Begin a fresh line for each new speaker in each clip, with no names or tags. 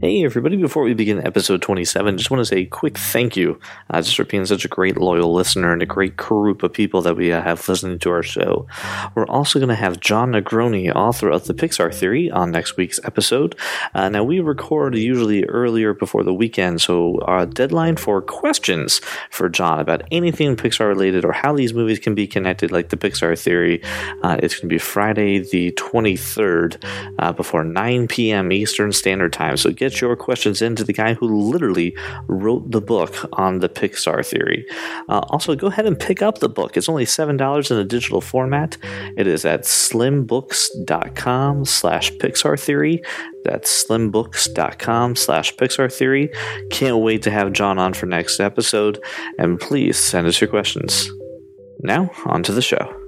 Hey, everybody, before we begin episode 27, just want to say a quick thank you uh, just for being such a great loyal listener and a great group of people that we uh, have listening to our show. We're also going to have John Negroni, author of The Pixar Theory, on next week's episode. Uh, now, we record usually earlier before the weekend, so our deadline for questions for John about anything Pixar related or how these movies can be connected, like The Pixar Theory, uh, it's going to be Friday, the 23rd, uh, before 9 p.m. Eastern Standard Time. So get your questions in to the guy who literally wrote the book on the Pixar theory. Uh, also, go ahead and pick up the book. It's only $7 in a digital format. It is at slimbooks.com slash Pixar theory. That's slimbooks.com slash Pixar theory. Can't wait to have John on for next episode. And please send us your questions. Now, on to the show.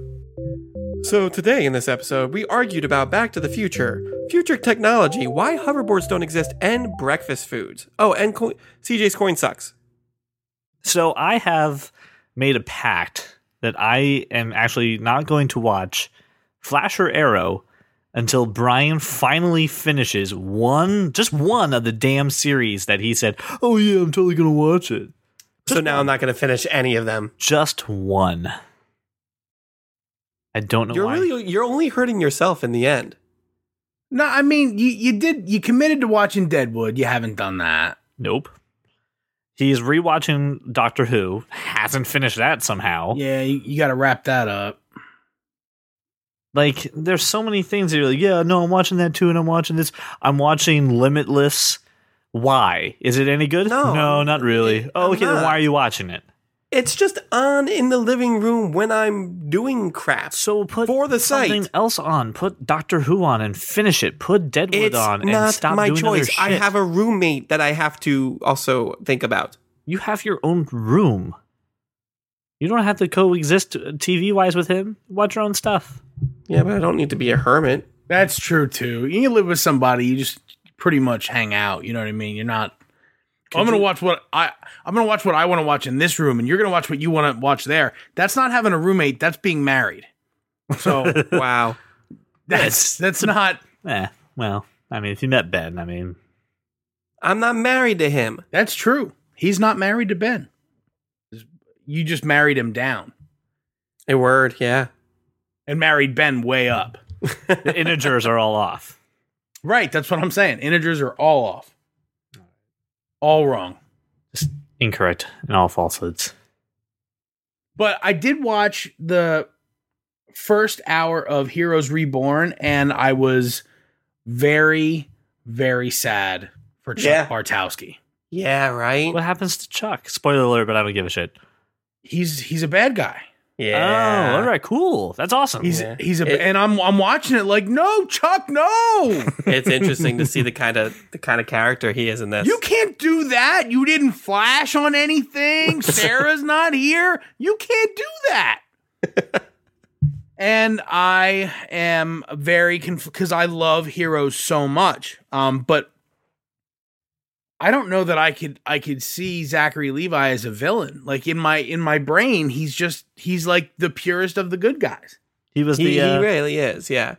So, today in this episode, we argued about Back to the Future, future technology, why hoverboards don't exist, and breakfast foods. Oh, and co- CJ's coin sucks.
So I have made a pact that I am actually not going to watch Flash or Arrow until Brian finally finishes one, just one of the damn series that he said, "Oh yeah, I'm totally gonna watch it."
So now I'm not going to finish any of them.
Just one. I don't know
You're
why.
really you're only hurting yourself in the end.
No, I mean you you did you committed to watching Deadwood. You haven't done that.
nope. He's rewatching Doctor Who. Hasn't finished that somehow.
Yeah, you, you got to wrap that up.
Like, there's so many things that you're like, yeah, no, I'm watching that too, and I'm watching this. I'm watching Limitless. Why? Is it any good?
No.
not really. Oh,
I'm
okay, then
not.
why are you watching it?
It's just on in the living room when I'm doing crap.
So put
For the
something
site.
else on. Put Doctor Who on and finish it. Put Deadwood
it's
on and
not
stop
my
doing other
choice. I
shit.
have a roommate that I have to also think about.
you have your own room. You don't have to coexist TV wise with him. Watch your own stuff.
Yeah, but I don't need to be a hermit.
That's true too. You live with somebody, you just pretty much hang out. You know what I mean? You're not. I'm gonna watch what I I'm gonna watch what I want to watch in this room, and you're gonna watch what you want to watch there. That's not having a roommate. That's being married. So
Wow.
that's that's not
Eh, well, I mean, if you met Ben, I mean,
I'm not married to him.
that's true. He's not married to Ben. You just married him down
A word, yeah.
and married Ben way up.
the integers are all off.
Right. That's what I'm saying. Integers are all off. All wrong.
Incorrect and all falsehoods.
But I did watch the first hour of Heroes Reborn, and I was very, very sad for Chuck
Yeah.
Bartowski.
Yeah, right?
What happens to Chuck? Spoiler alert, but I don't give a shit.
He's he's a bad guy.
Yeah.
Oh, all right, cool. That's awesome.
He's
Yeah.
he's a
It-
and I'm I'm watching it like no Chuck no
it's interesting to see the kind of the kind of character he is in this.
you can't do that you didn't flash on anything Sarah's not here you can't do that and I am very confused because I love heroes so much. Um, but I don't know that I could I could see Zachary Levi as a villain. Like in my in my brain, he's just he's like the purest of the good guys.
he was
he,
the.
he
Uh,
really is. Yeah,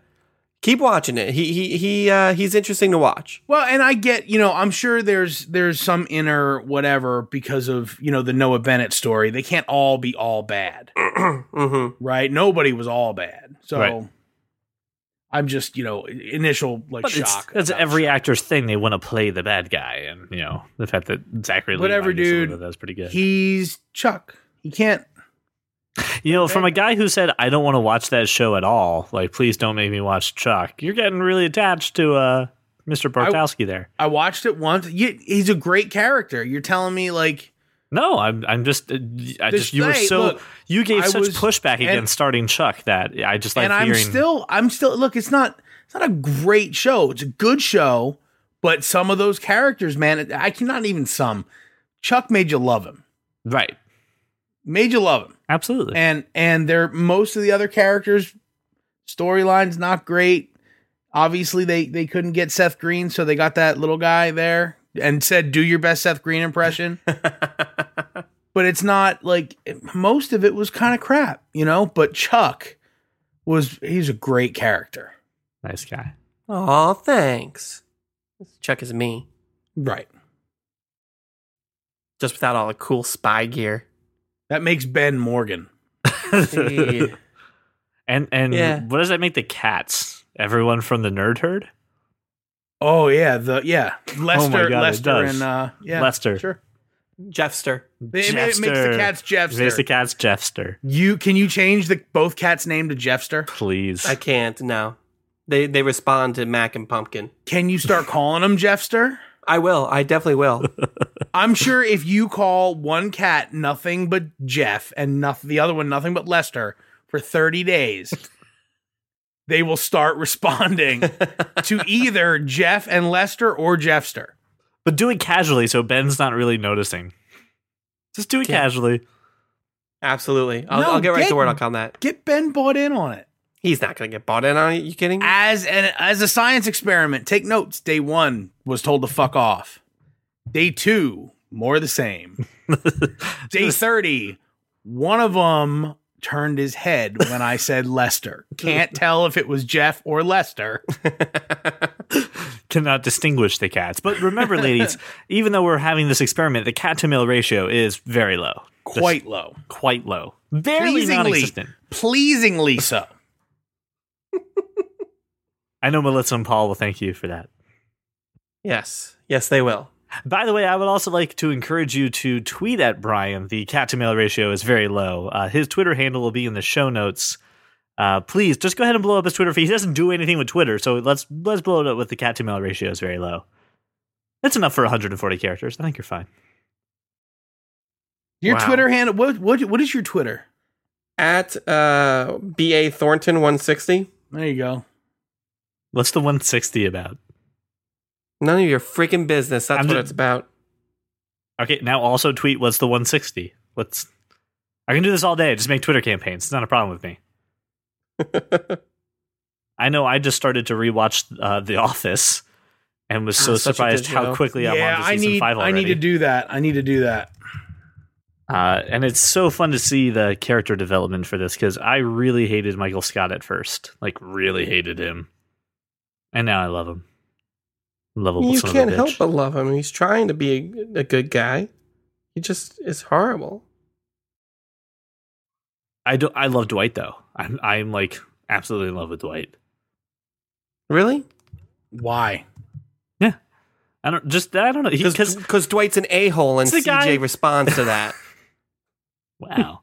keep watching it. He he he uh, he's interesting to watch.
Well, and I get you know I'm sure there's there's some inner whatever because of you know the Noah Bennett story. They can't all be all bad.
Mm-hmm.
hmm
right? Nobody was all bad. So
Right.
I'm just, you know, i- initial like
But it's,
shock.
that's
about
every
Chuck.
actor's thing. They want to play the bad guy, and you know the fact that Zachary Levi
Whatever,
gets away
dude.
with That's pretty good.
He's Chuck. He can't.
you know, from a guy who said, "I don't want to watch that show at all." Like, please don't make me watch Chuck. You're getting really attached to uh, Mr. Bartowski there.
I watched it once. You, he's a great character. You're telling me like
No, I'm. I'm just. uh, I
This
just. You were
day,
so.
look,
you gave
I
such
was-
pushback
and-
against starting Chuck that I just like
and I'm
hearing.
still I'm still look, it's not it's not a great show. It's a good show, but some of those characters, man, I cannot even some. Chuck made you love him.
right.
Made you love him.
Absolutely.
and and they're most of the other characters storylines not great obviously they they couldn't get seth green so they got that little guy there and said do your best seth green impression but it's not like most of it was kind of crap you know but chuck was he's a great character
nice guy.
Oh, thanks. Chuck is me.
Right.
just without all the cool spy gear.
That makes Ben Morgan.
Yeah.
and and
Yeah.
what does that make the cats? Everyone from the nerd herd?
Oh yeah, the yeah Lester,
God, it
Lester,
does.
and uh, yeah,
Lester.
Sure,
Jeffster.
it, it makes the
Jeffster.
cats Jeffster.
Raise the cats Jeffster,
you can you change the both cats' name to Jeffster?
please.
I can't, no. They they respond to Mac and Pumpkin.
Can you start calling them Jeffster?
I will. I definitely will.
I'm sure if you call one cat nothing but Jeff and noth- the other one nothing but Lester for 30 days, they will start responding to either Jeff and Lester or Jeffster.
but do it casually so Ben's not really noticing. Just do it
Yeah.
casually.
Absolutely. I'll,
No,
I'll get right
get-
to work on that.
Get Ben bought in on it
He's not going to get bought in on it. You kidding? me?
Ah.
as an as a science experiment. Take notes. Day one was told to fuck off. Day two, more the same. Day 30, one of them turned his head when I said Lester. Can't tell if it was Jeff or Lester.
Cannot distinguish the cats. But remember, ladies, even though we're having this experiment, the cat to male ratio is very low. Just
Quite low.
quite low. Barely
Pleasingly.
non-existent.
Pleasingly so.
I know Melissa and Paul will thank you for that.
yes. Yes, they will.
By the way, I would also like to encourage you to tweet at Brian. The cat to male ratio is very low. Uh, his Twitter handle will be in the show notes. Uh, please just go ahead and blow up his Twitter feed. He doesn't do anything with Twitter, so let's let's blow it up with the cat to male ratio is very low. That's enough for 140 characters. I think you're fine.
Your
Wow.
Twitter handle what what what is your Twitter?
At uh, BA Thornton 160.
There you go.
What's the 160 about?
None of your freaking business. That's
I'm
what
ju-
it's about.
Okay, now also tweet what's the 160. What's I can do this all day. Just make Twitter campaigns. It's not a problem with me. I know I just started to rewatch uh, The Office and was so
Ah, such a good
surprised how
show.
quickly I'm on to
I
season
need
five
I
already.
need to do that. I need to do that.
uh, and it's so fun to see the character development for this because I really hated Michael Scott at first, like really hated him, and now I love him. Lovable
you
son
can't
of a
help
bitch.
but love him. He's trying to be a, a good guy. He just is horrible.
I do. I love Dwight though. I'm I'm like absolutely in love with Dwight.
Really?
Why?
I don't just I don't know he-
Because Dwight's an a hole and
It's the
CJ
guy-
responds to that.
Wow.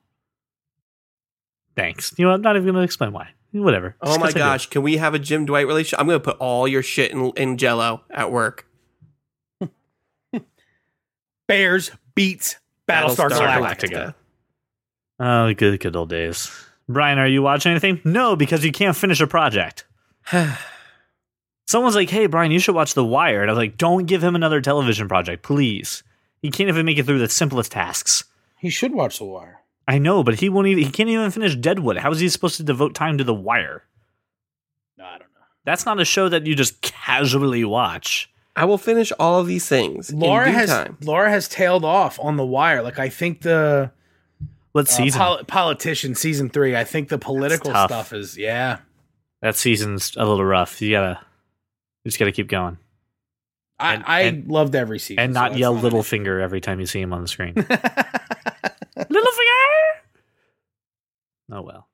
Thanks. You know, I'm not even going to explain why. Whatever.
Oh
Just
my
'cause I do.
gosh, can we have a Jim Dwight relationship? I'm going to put all your shit in, in jello at work.
Bears beats Battlestar, Galactica.
Oh, good, good old days. Brian, are you watching anything? No, because you can't finish a project. Someone's like, hey, Brian, you should watch The Wire. And I was like, don't give him another television project, please. He can't even make it through the simplest tasks.
He should watch The Wire.
I know, but he won't even, he can't even finish Deadwood. How is he supposed to devote time to The Wire?
No, I don't know.
That's not a show that you just casually watch.
I will finish all of these things.
Laura
in due
has
time.
Laura has tailed off on The Wire. Like I think the
What
uh,
season?
poli- politician season three. I think the political
tough.
stuff is yeah.
that season's a little rough. You gotta you just gotta keep going
I,
And-
I
and-
loved every season
and
so
not
that's
yell
fine.
Littlefinger every time you see him on the screen. Littlefinger. Oh well.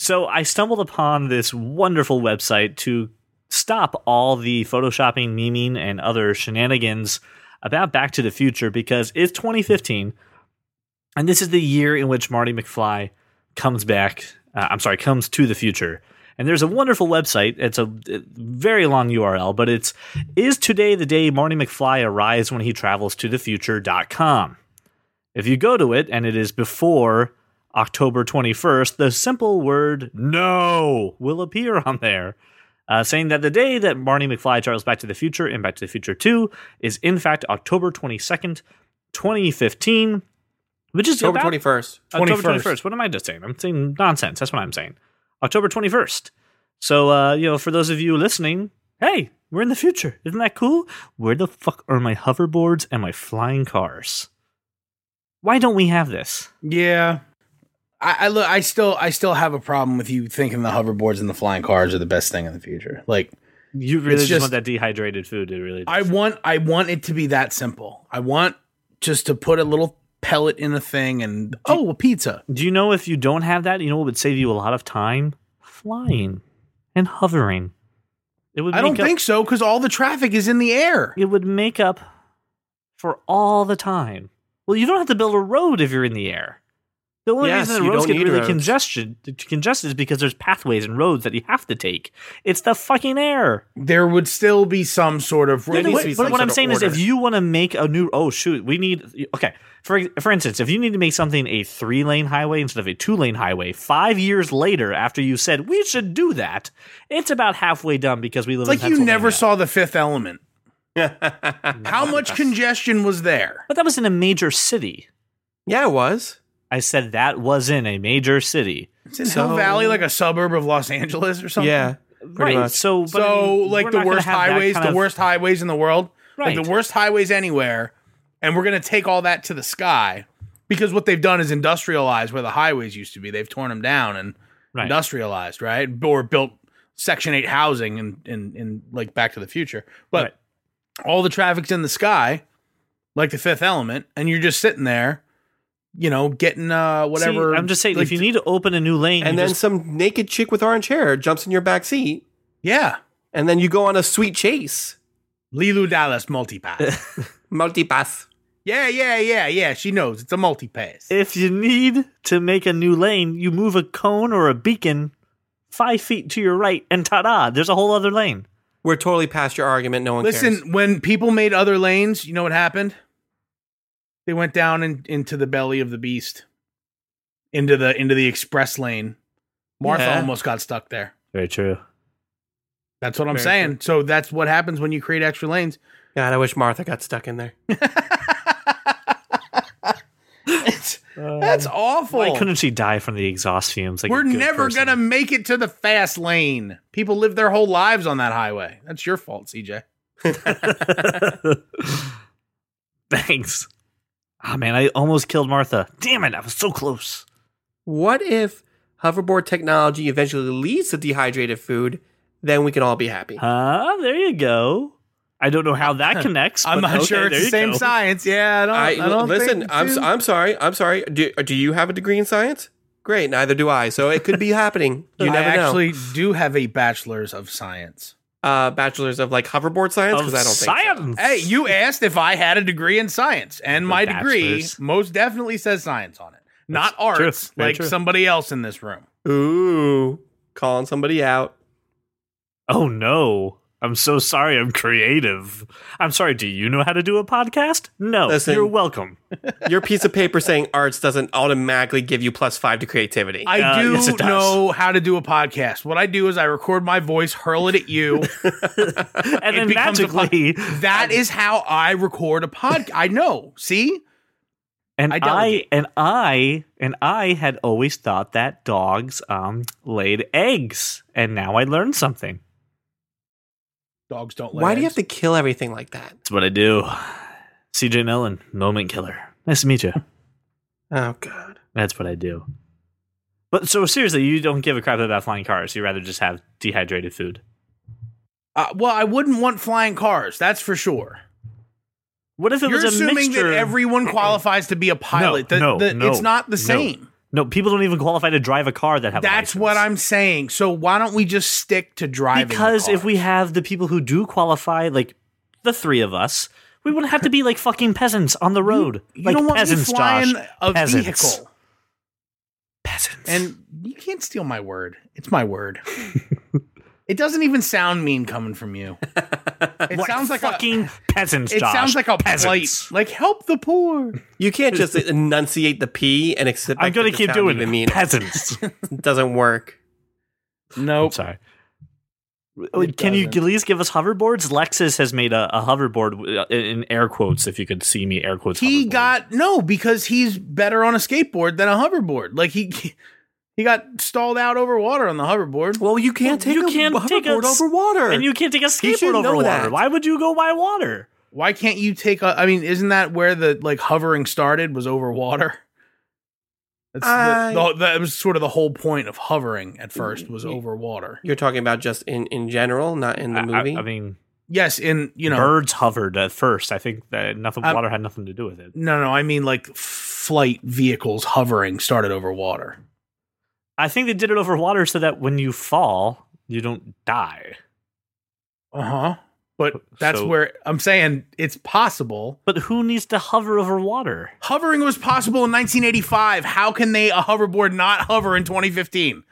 So I stumbled upon this wonderful website to stop all the photoshopping, memeing, and other shenanigans about Back to the Future because it's 2015, and this is the year in which Marty McFly comes back. Uh, I'm sorry, comes to the future. And there's a wonderful website. It's a uh, very long URL, but it's is today the day Marty McFly arrives when he travels to the future.com. If you go to it and it is before October 21st, the simple word no will appear on there, uh, saying that the day that Marty McFly travels back to the future and back to the future 2 is in fact October 22nd, 2015, which is
October
about-
21st.
October
21st.
21st. What am I just saying? I'm saying nonsense. That's what I'm saying. October 21st. So, uh, you know, for those of you listening, hey, we're in the future. Isn't that cool? Where the fuck are my hoverboards and my flying cars? Why don't we have this?
Yeah. I, I look. I still. I still have a problem with you thinking the hoverboards and the flying cars are the best thing in the future. Like,
You really just,
just-
want that dehydrated food. It really.
I want I want it to be that simple. I want just to put a little pellet in a thing and oh, a pizza.
Do you know if you don't have that, you know what would save you a lot of time? Flying and hovering. It would.
I
make
don't
up-
think so cuz all the traffic is in the air.
it would make up for all the time. Well, you don't have to build a road if you're in the air. The only
Yes,
reason that
you
roads
don't
get
need
really
roads.
congestion congested is because there's pathways and roads that you have to take. It's the fucking air.
There would still be some sort of
There needs to be
But
some
what
sort
I'm
of
saying is,
order.
if you want to make a new, oh shoot, we need okay. For ex- for instance, if you need to make something a three lane highway instead of a two lane highway, five years later after you said we should do that, it's about halfway done because we live.
It's like
in
you never
Pennsylvania.
saw the fifth element. How much congestion was there?
But that was in a major city.
yeah, it was.
I said that was in a major city.
It's in
So-
Hill Valley, like a suburb of Los Angeles or something.
Yeah, pretty
right.
much.
So, but I
so
mean, we're
like the
not gonna
worst
have that
highways,
kind
the
of-
worst highways in the world,
Right.
like the worst highways anywhere, and we're gonna take all that to the sky because what they've done is industrialized where the highways used to be. They've torn them down and
Right.
industrialized, right? Or built Section Eight housing and in, in, like Back to the Future, but
Right.
all the traffic's in the sky, like the Fifth Element, and you're just sitting there, you know, getting uh
See,
whatever.
I'm just saying,
like,
if you need to open a new lane,
and
you
then
just-
some naked chick with orange hair jumps in your back seat,
yeah,
and then you go on a sweet chase.
Lilu Dallas multipass.
Multipass.
Yeah, yeah, yeah, yeah. She knows it's a multi pass.
if you need to make a new lane, you move a cone or a beacon five feet to your right, and ta-da! There's a whole other lane.
We're totally past your argument. No one
Listen,
cares.
when people made other lanes, you know what happened? They went down in, into the belly of the beast, into the into the express lane. Martha
Yeah.
almost got stuck there.
Very true.
That's what I'm
Very
saying. So that's what happens when you create extra lanes.
God, I wish Martha got stuck in there.
It's- that's
Mm.
awful.
Why couldn't she die from the exhaust fumes? Like a
Uh, We're
good
never
person?
gonna make it to the fast lane. People live their whole lives on that highway. That's your fault, CJ.
Thanks. Ah man, I almost killed Martha. Damn it, I was so close.
What if hoverboard technology eventually leads to dehydrated food? Then we can all be happy.
Uh, Huh? There you go. I don't know how that connects.
I'm
but
not
okay,
sure
there
it's the
you
same
go.
science. Yeah, I don't.
I,
I don't
listen.
think
I'm
it's-
s- I'm sorry. I'm sorry. Do do you have a degree in science? Great, neither do I. So it could be happening. You never
I
know.
actually do have a bachelor's of science.
Uh, bachelors of like hoverboard science
Of
because I don't think.
science.
Hey, you asked if I had a degree in science, and my degree
bachelor's.
most definitely says science on it, not
true.
arts,
Very
like
true.
somebody else in this room.
So. Ooh, calling somebody out.
Oh no. I'm so sorry. I'm creative. I'm sorry. Do you know how to do a podcast? No.
Listen.
You're welcome.
Your piece of paper saying arts doesn't automatically give you plus five to creativity.
I
Uh,
do
yes, it does.
know how to do a podcast. What I do is I record my voice, hurl it at you.
And then
becomes a
magically,
that is how I record a podcast. I know. See,
and
I
I,
delegate.
and I and I had always thought that dogs um laid eggs, and now I learned something.
dogs don't. lay
Why do you
eggs.
have to kill everything like that?
That's what I do. CJ Mellon, moment killer. Nice to meet you.
Oh God.
That's what I do. But so seriously, you don't give a crap about flying cars. You rather just have dehydrated food.
Uh, well, I wouldn't want flying cars. That's for sure.
What if it
You're
was a
assuming
mixture?
that everyone qualifies to be a pilot.
No,
that,
no,
that
no,
it's not
no.
the same.
no, people don't even qualify to drive a car that have. a
That's
license.
what I'm saying. So why don't we just stick to driving? the
Because if
car?
we have the people who do qualify, like the three of us, we wouldn't have to be like fucking peasants on the road.
you
like
don't want
peasants,
me flying
Josh.
a
peasants.
vehicle,
Peasants.
and you can't steal my word. It's my word. it doesn't even sound mean coming from you. It
Like
sounds like a.
fucking peasants.
It
Josh.
sounds like a plight.
peasants.
Like help the poor.
You can't just enunciate the P and accept.
I'm gonna
that the
keep
sound
doing
even
it.
mean.
peasants.
It doesn't work.
No,
Sorry. Can you at least give us hoverboards? Lexus has made a, a hoverboard uh, in in air quotes. If you could see me, air quotes.
he
hoverboard.
got no because he's better on a skateboard than a hoverboard. Like he he got stalled out over water on the hoverboard.
Well, you can't
Well,
take
you
a
can't
hoverboard
take a s-
over water.
and you can't take a
He
skateboard
should
over
know
water.
that.
Why would you go by water?
Why can't you take a? I mean, isn't that where the like hovering started? Was over water. That's
I-
the, the, that was sort of the whole point of hovering at first was over water.
You're talking about just in in general, not in the
I-
movie.
I, I mean,
Yes, in you know,
birds hovered at first. I think that nothing
I'm-
water had nothing to do with it.
no, no, I mean like flight vehicles hovering started over water.
I think they did it over water so that when you fall, you don't die.
Uh huh. But that's
So-
where I'm saying it's possible.
But who needs to hover over water?
Hovering was possible in 1985. How can they a hoverboard not hover in 2015?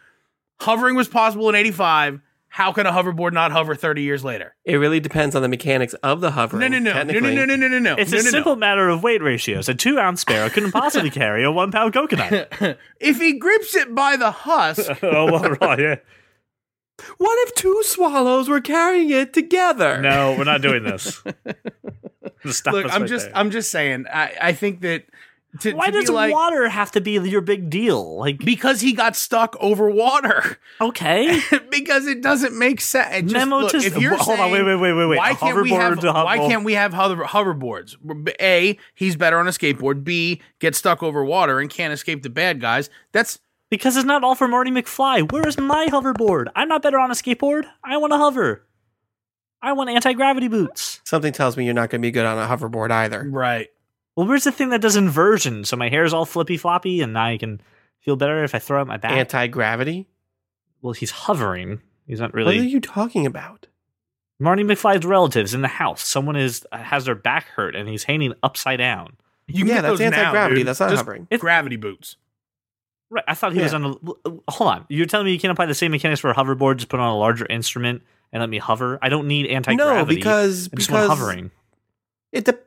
Hovering was possible in 85. How can a hoverboard not hover 30 years later?
it really depends on the mechanics of the
No,
hovering.
no, no, no, no,
technically.
no, no, no, no, no.
It's
no,
a
no, no.
simple matter of weight ratios. A two ounce sparrow couldn't possibly carry a one pound coconut.
If he grips it by the husk,
oh well, right, yeah.
What if two swallows were carrying it together?
No, we're not doing this. Stop
look,
us
I'm
right
just,
there.
I'm just saying. I, I think that to,
Why
to be
does
like,
water have to be your big deal? Like,
because he got stuck over water.
okay,
because it doesn't make sense. It just-
Memo
look,
to-
if you're
hold
saying,
on, wait, wait, wait, wait, wait.
Why
A
can't we
hoverboard
have
to hover-
why can't we have hover, hoverboards? A, he's better on a skateboard. B, gets stuck over water and can't escape the bad guys. That's
because it's not all for Marty McFly. Where is my hoverboard? I'm not better on a skateboard. I want to hover. I want anti gravity boots.
Something tells me you're not going to be good on a hoverboard either.
right.
Well, where's the thing that does inversion? So my hair's all flippy floppy, and I can feel better if I throw out my back.
Anti gravity.
well, he's hovering. He's not
What are
really.
you talking about?
Marty McFly's relatives in the house. Someone is has their back hurt, and he's hanging upside down.
You can
yeah,
get
that's
those now,
anti gravity.
dude.
That's not
Just
hovering.
It's-
gravity boots.
Right. I thought he was
Yeah.
on a. Hold on. You're telling me you can't apply the same mechanics for a hoverboard, just put on a larger instrument and let me hover? I don't need anti
No,
gravity.
because
I just want
because
hovering.
It dep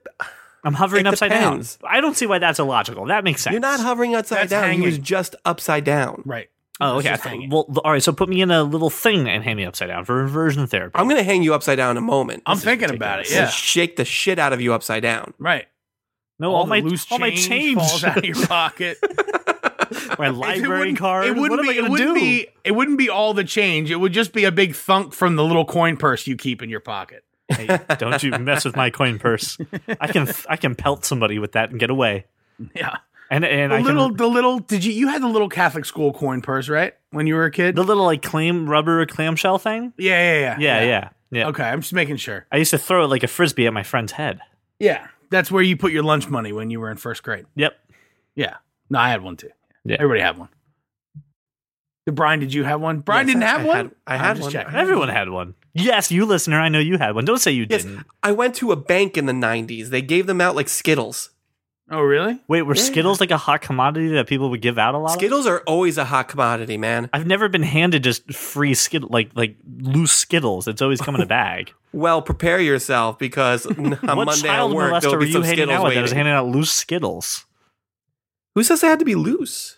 I'm hovering
it
upside
depends.
down. I don't see why that's illogical. That makes sense.
you're not hovering upside
That's
down. You're
hanging.
just upside down.
Right.
Oh,
It's
okay. I
just
thought,
hanging.
well, all right. So put me in a little thing and hang me upside down for inversion therapy.
I'm going to hang you upside down in a moment.
I'm
This is
thinking about it.
I'm gonna
Yeah.
shake the shit out of you upside down.
Right.
no, all,
the
my
loose
all my
change
change,
falls out of your pocket.
my
It
library
wouldn't-
card.
It
what
wouldn't
am I
be. It
going to
wouldn't
do?
be. It wouldn't be all the change. It would just be a big thunk from the little coin purse you keep in your pocket.
Hey, don't you mess with my coin purse. I can I can pelt somebody with that and get away.
Yeah.
And and
The
I
little,
can,
the little. Did you? You had the little Catholic school coin purse, right? When you were a kid.
the little like clam rubber clamshell thing.
yeah, yeah, yeah,
Yeah, yeah, yeah.
Okay, I'm just making sure.
I used to throw it like a frisbee at my friend's head.
Yeah, that's where you put your lunch money when you were in first grade.
Yep.
Yeah. No, I had one too.
Yeah.
Everybody had one. Did Brian? Did you have one? Brian
Yes,
didn't
I-
have
I
one.
had- I
I'm
had
just
one.
checking.
Everyone had one. Yes, you listener, I know you had one. Don't say you
Yes.
didn't.
I went to a bank in the 90s. They gave them out like Skittles.
Oh, really?
Wait, were
Yeah.
Skittles like a hot commodity that people would give out a lot? of?
Skittles are always a hot commodity, man.
I've never been handed just free skittle like like loose Skittles. It's always come in a bag.
Well, prepare yourself because on
what
Monday at
child
work
molester
there'll
were
be
you
some
hanging
Skittles
out with that was
waiting.
handing out loose Skittles?
Who says they had to be loose?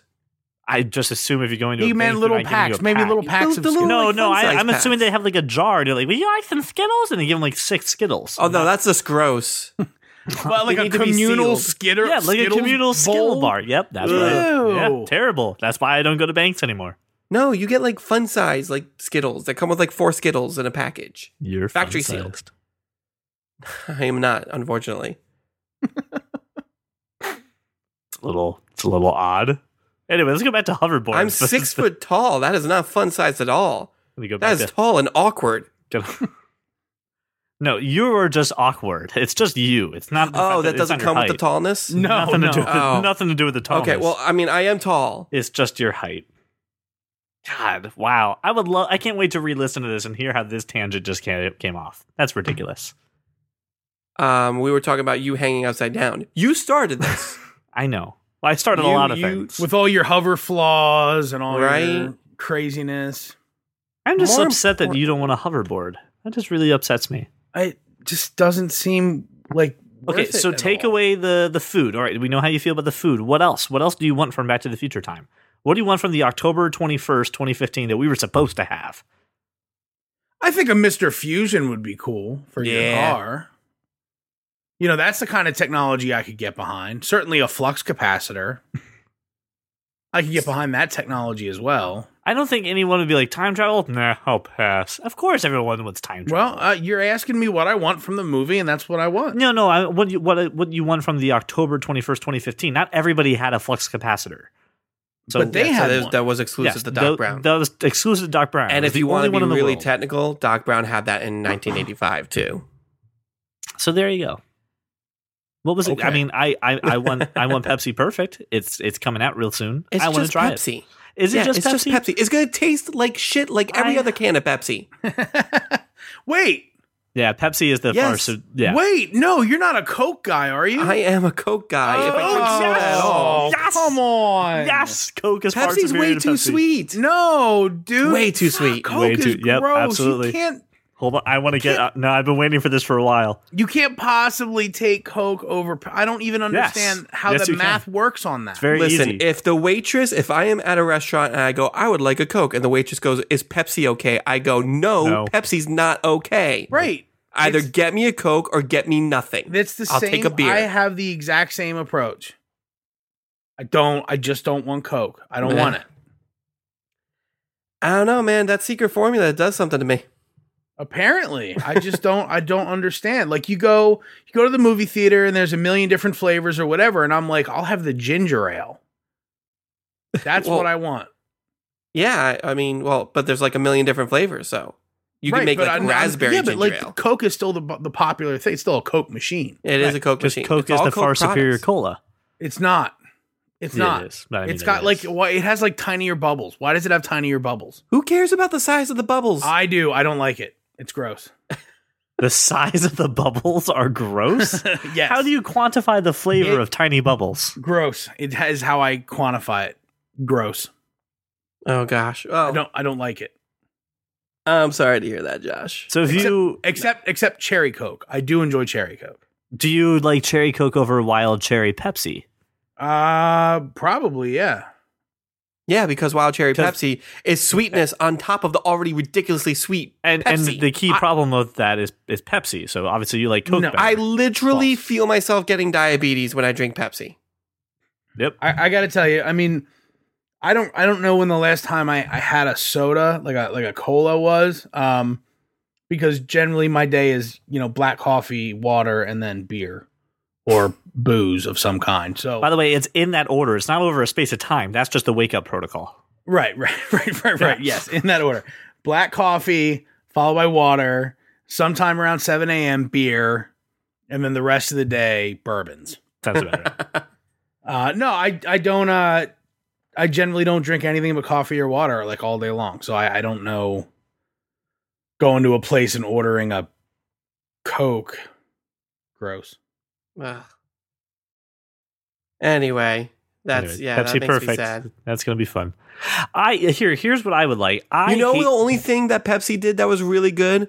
I just assume if you're going to
He
a
meant
bank,
little
they're not giving you
packs,
a
maybe
pack.
little packs
The-
of
the
Skittles.
little-
No,
like
no, I,
fun-size
I'm assuming
packs.
they have like a jar. They're like, "Would you like some Skittles?" And they give them like six Skittles.
Oh no, that's just gross.
Well, like
They
a
need to be
communal
sealed.
skitter.
yeah, like a
Skittles
communal Skittle
bowl.
bar. Yep, that's right.
Ew.
Yeah, terrible. That's why I don't go to banks anymore.
No, you get like fun size like Skittles that come with like four Skittles in a package.
You're
Factory
fun-sized.
I am not, unfortunately.
It's a little, it's a little odd. Anyway, let's go back to hoverboards.
I'm
This is
six
the-
foot tall. That is not fun size at all.
Let me go back
That is tall and awkward.
to. get- no, you are just awkward. It's just you. It's not. the
Oh,
fact
that
it's
doesn't
not your
come with the
height.
tallness.
No,
nothing
no.
to do. With,
Oh.
Nothing to do with the tallness.
Okay, well, I mean, I am tall.
it's just your height. God, wow! I would love. I can't wait to re-listen to this and hear how this tangent just came, came off. That's ridiculous.
Um, we were talking about you hanging upside down. You started this,
I know. Well, I started
You-
a lot of
you-
things.
with all your hover flaws and all
Right.
your craziness.
I'm just
more
upset that
important-
you don't want a hoverboard. That just really upsets me.
It just doesn't seem like
Okay,
worth it
so
at
take
all.
away the the food. All right, we know how you feel about the food. What else? What else do you want from Back to the Future time? What do you want from the October 21st, 2015 that we were supposed to have?
I think a Mister Fusion would be cool for your
Yeah.
car. You know, that's the kind of technology I could get behind. Certainly, a flux capacitor. I could get behind that technology as well.
I don't think anyone would be like time travel. Nah, I'll pass. Of course everyone wants time travel.
Well, uh, you're asking me what I want from the movie, and that's what I want.
no, no. I, what you, what what you want from the October 21st, 2015? Not everybody had a flux capacitor. So
But they
Yeah, so
had
that was-
one.
that was exclusive to Doc
tho-
Brown.
That was exclusive to Doc Brown.
and
It was
if you
the
want
only
to
one
be
in the
really
world.
technical, Doc Brown had that in 1985 too.
so there you go. What was it? I
Okay.
mean, I I, I want I want Pepsi Perfect. It's it's coming out real soon.
It's
I
just
want to try
Pepsi.
it. Is it
yeah,
just,
it's
Pepsi?
just Pepsi. It's gonna taste like shit, like every
I-
other can of Pepsi.
wait,
Yeah, Pepsi is the
Yes.
first. Yeah,
wait, no, you're not a Coke guy, are you?
I am a Coke guy. if I drink
Oh,
soda at
yes.
all,
Yes.
Come on.
yes, Coke is far
Pepsi's
superior
way
to
too
Pepsi.
sweet.
No, dude.
Way too sweet.
Coke
Way too-
is
yep,
gross.
absolutely.
You can't
Hold on, I want to get. Uh, no, I've been waiting for this for a while.
you can't possibly take Coke over I don't even understand how
Yes,
the
you can.
math works on that.
It's very
Listen,
easy.
if the waitress, if I am at a restaurant and I go, I would like a Coke, and the waitress goes, Is Pepsi okay? I go, No,
No.
Pepsi's not okay.
right.
Either
It's-
get me a Coke or get me nothing.
That's the
I'll
same.
take a beer.
I have the exact same approach. I don't I just don't want Coke. I don't
Yeah.
want it.
I don't know, man. That secret formula does something to me.
Apparently, I just don't. I don't understand. Like you go, you go to the movie theater, and there's a million different flavors or whatever, and I'm like, I'll have the ginger ale. That's
Well,
what I want.
Yeah, I, I mean, well, but there's like a million different flavors, so you
Right,
can make
but
like
I'm- I'm-
raspberry
Yeah, but
ginger
like
ale.
Coke is still the the popular thing. It's still a Coke machine.
It is a Coke
because
machine.
Coke
It's
is
all
the far
Coke
superior
products.
cola.
It's not. It's
Yeah,
not.
It is, but I mean,
it's got
it
like
is.
why it has like tinier bubbles. Why does it have tinier bubbles?
Who cares about the size of the bubbles?
I do. I don't like it. It's gross.
the size of the bubbles are gross.
yes.
How do you quantify the flavor
It-
of tiny bubbles?
Gross. It is how I quantify it. Gross.
oh gosh. Oh,
I don't. I don't like it.
I'm sorry to hear that, Josh.
So if you
Except except cherry Coke. I do enjoy cherry Coke.
do you like cherry Coke over wild cherry Pepsi?
Uh, probably, yeah.
Yeah, because wild cherry
'Cause-
Pepsi is sweetness on top of the already ridiculously sweet
And
Pepsi.
and the key
I-
problem with that is is Pepsi. So obviously you like Coke.
No,
better.
I literally
False.
feel myself getting diabetes when I drink Pepsi.
yep.
I, I gotta tell you, I mean, I don't, I don't know when the last time I, I had a soda like a like a cola was, um, because generally my day is you know black coffee, water, and then beer or booze of some kind. So
By the way, it's in that order. It's not over a space of time. That's just the wake up protocol.
Right, right, right, right, right.
Yeah.
Yes, in that order. Black coffee, followed by water, sometime around 7 a.m., beer, and then the rest of the day, bourbons.
Sounds about right.
Uh, no, I, I don't, uh, I generally don't drink anything but coffee or water like all day long. So I, I don't know going to a place and ordering a Coke. Gross.
Ugh. Anyway, that's
Anyway,
yeah, that makes me sad.
That's gonna be fun. I here here's what I would like. I
you know
hate-
the only thing that Pepsi did that was really good?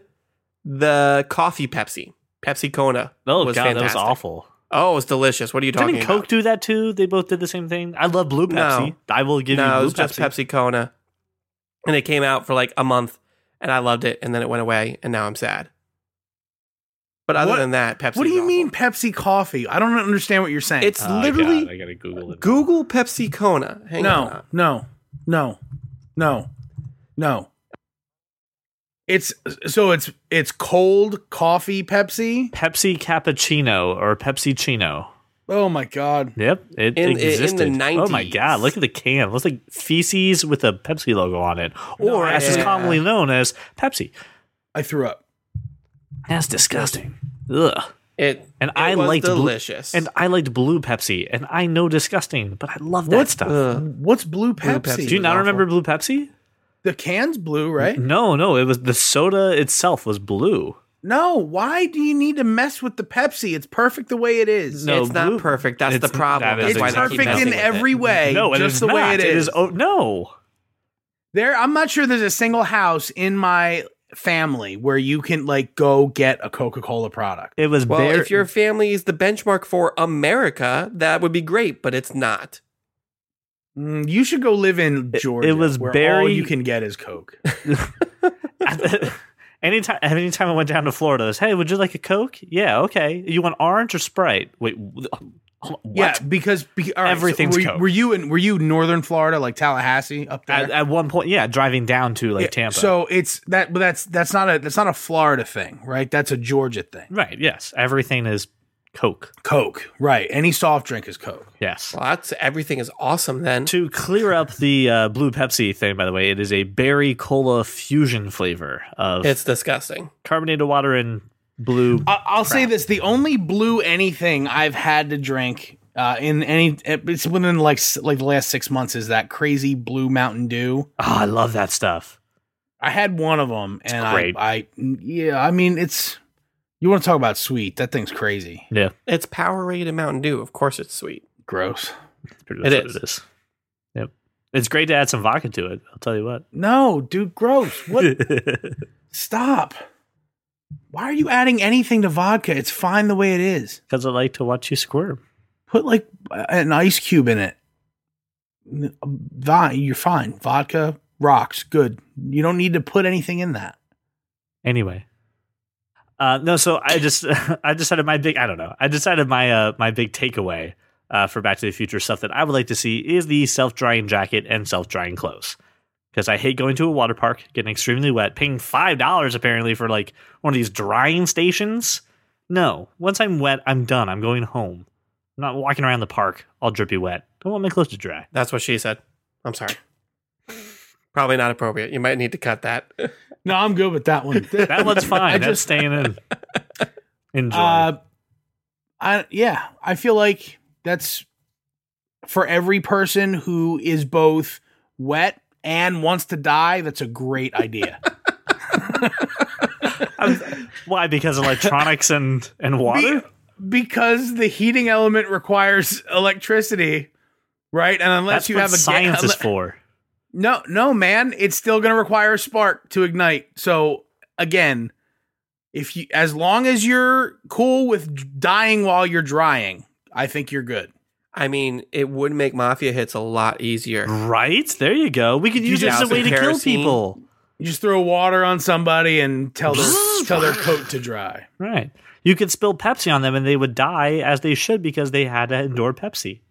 The coffee Pepsi. Pepsi Kona.
oh
was
god that was
fantastic.
awful.
Oh, it was delicious. What are you talking
Didn't Coke
about?
do that too? They both did the same thing. I love blue
No.
Pepsi. I will give you
no, it
blue
was just
Pepsi.
Pepsi Kona. And it came out for like a month and I loved it and then it went away and now I'm sad. But other
What-
than that, Pepsi
what do you
is
mean
awful.
Pepsi coffee? I don't understand what you're saying.
It's
Oh, God,
literally
I gotta Google it.
Google Pepsi Kona. Hang
no,
on.
no, no, no, no. It's so it's it's cold coffee Pepsi.
Pepsi cappuccino or Pepsi chino.
Oh my god.
Yep, it
In- in the
existed. Oh my
90s.
god, look at the can. It looks like feces with a Pepsi logo on it, or
No,
as it's
yeah.
commonly known as Pepsi.
I threw up.
That's disgusting. Ugh.
It
And
it
I
was
liked blue-
delicious.
And I liked blue Pepsi, and I know disgusting, but I love that stuff.
Ugh.
What's blue Pepsi?
Pepsi.
Do you
was
not
awful.
remember blue Pepsi?
The can's blue, right?
No, no, it was the soda itself was blue.
No, why do you need to mess with the Pepsi? It's perfect the way it is.
No,
it's not
blue-
perfect. That's
it's-
the problem.
that is
That's
it's
why they keep
perfect
messing with
in
it.
every way.
no, it
just
is
the way
not.
it is.
It is oh no.
there I'm not sure there's a single house in my family where you can like go get a Coca-Cola product.
It was
Well,
bare.
if your family is the benchmark for America, that would be great, but it's not.
Mm, you should go live in
It-
Georgia.
it was
where all
very-
you can get is Coke.
anytime, anytime I went down to Florida, I was, hey, would you like a Coke? Yeah, okay. You want orange or Sprite? Wait, wh- what?
Yeah, because be, all right, so
Everything's
were, you-
Coke.
Were you in Were you Northern Florida, like Tallahassee, up there?
At, at one point, yeah, driving down to like
Yeah,
Tampa.
So it's that, but that's that's not a that's not a Florida thing, right? That's a Georgia thing.
right, yes, everything is Coke.
Coke, right? Any soft drink is Coke.
Yes.
Well, that's everything is awesome then.
To clear up the uh, blue Pepsi thing, by the way, it is a berry cola fusion flavor of
It's disgusting.
carbonated water and blue.
I- I'll say this: the only blue anything I've had to drink uh, in any it's within like s- like the last six months is that crazy blue Mountain Dew.
Oh, I love that stuff.
I had one of them, and I,
great.
I yeah, I mean it's you want to talk about sweet? That thing's crazy,
It's Powerade and Mountain Dew. Of course, it's sweet.
gross.
That's pretty
It
much
is.
what it is. Yep. It's great to add some vodka to it. I'll tell you what.
No, dude, gross. What?
Because
Stop. Why are you adding anything to vodka? It's fine the way it is.
I like to watch you squirm.
Put like an ice cube in it. N- vi- You're fine. Vodka rocks. Good. You don't need to put anything in that.
Anyway. Uh, no, so I just I decided my big I don't know I decided my uh, my big takeaway uh, for Back to the Future stuff that I would like to see is the self drying jacket and self drying clothes because I hate going to a water park getting extremely wet paying five dollars apparently for like one of these drying stations. No, once I'm wet, I'm done. I'm going home. I'm not walking around the park all drippy wet. Don't want my clothes to dry.
That's what she said. I'm sorry. Probably not appropriate. You might need to cut that.
No, I'm good with that one.
That one's fine.
I
That's
just-
staying in. Enjoy.
Uh, I yeah, I feel like that's for every person who is both wet and wants to die. That's a great idea.
I'm- why? Because electronics and and water.
because the heating element requires electricity, right? And unless
That's
you
what
have a ga-
science is
unle-
for.
no, no, man, it's still going to require a spark to ignite. So again, if you as long as you're cool with dying while you're drying, I think you're good.
I mean, it would make mafia hits a lot easier.
Right there, you go. We could use it as a way to kill
Kerosene.
people.
You just throw water on somebody and tell their tell their coat to dry.
Right. You could spill Pepsi on them, and they would die as they should because they had to endure Pepsi,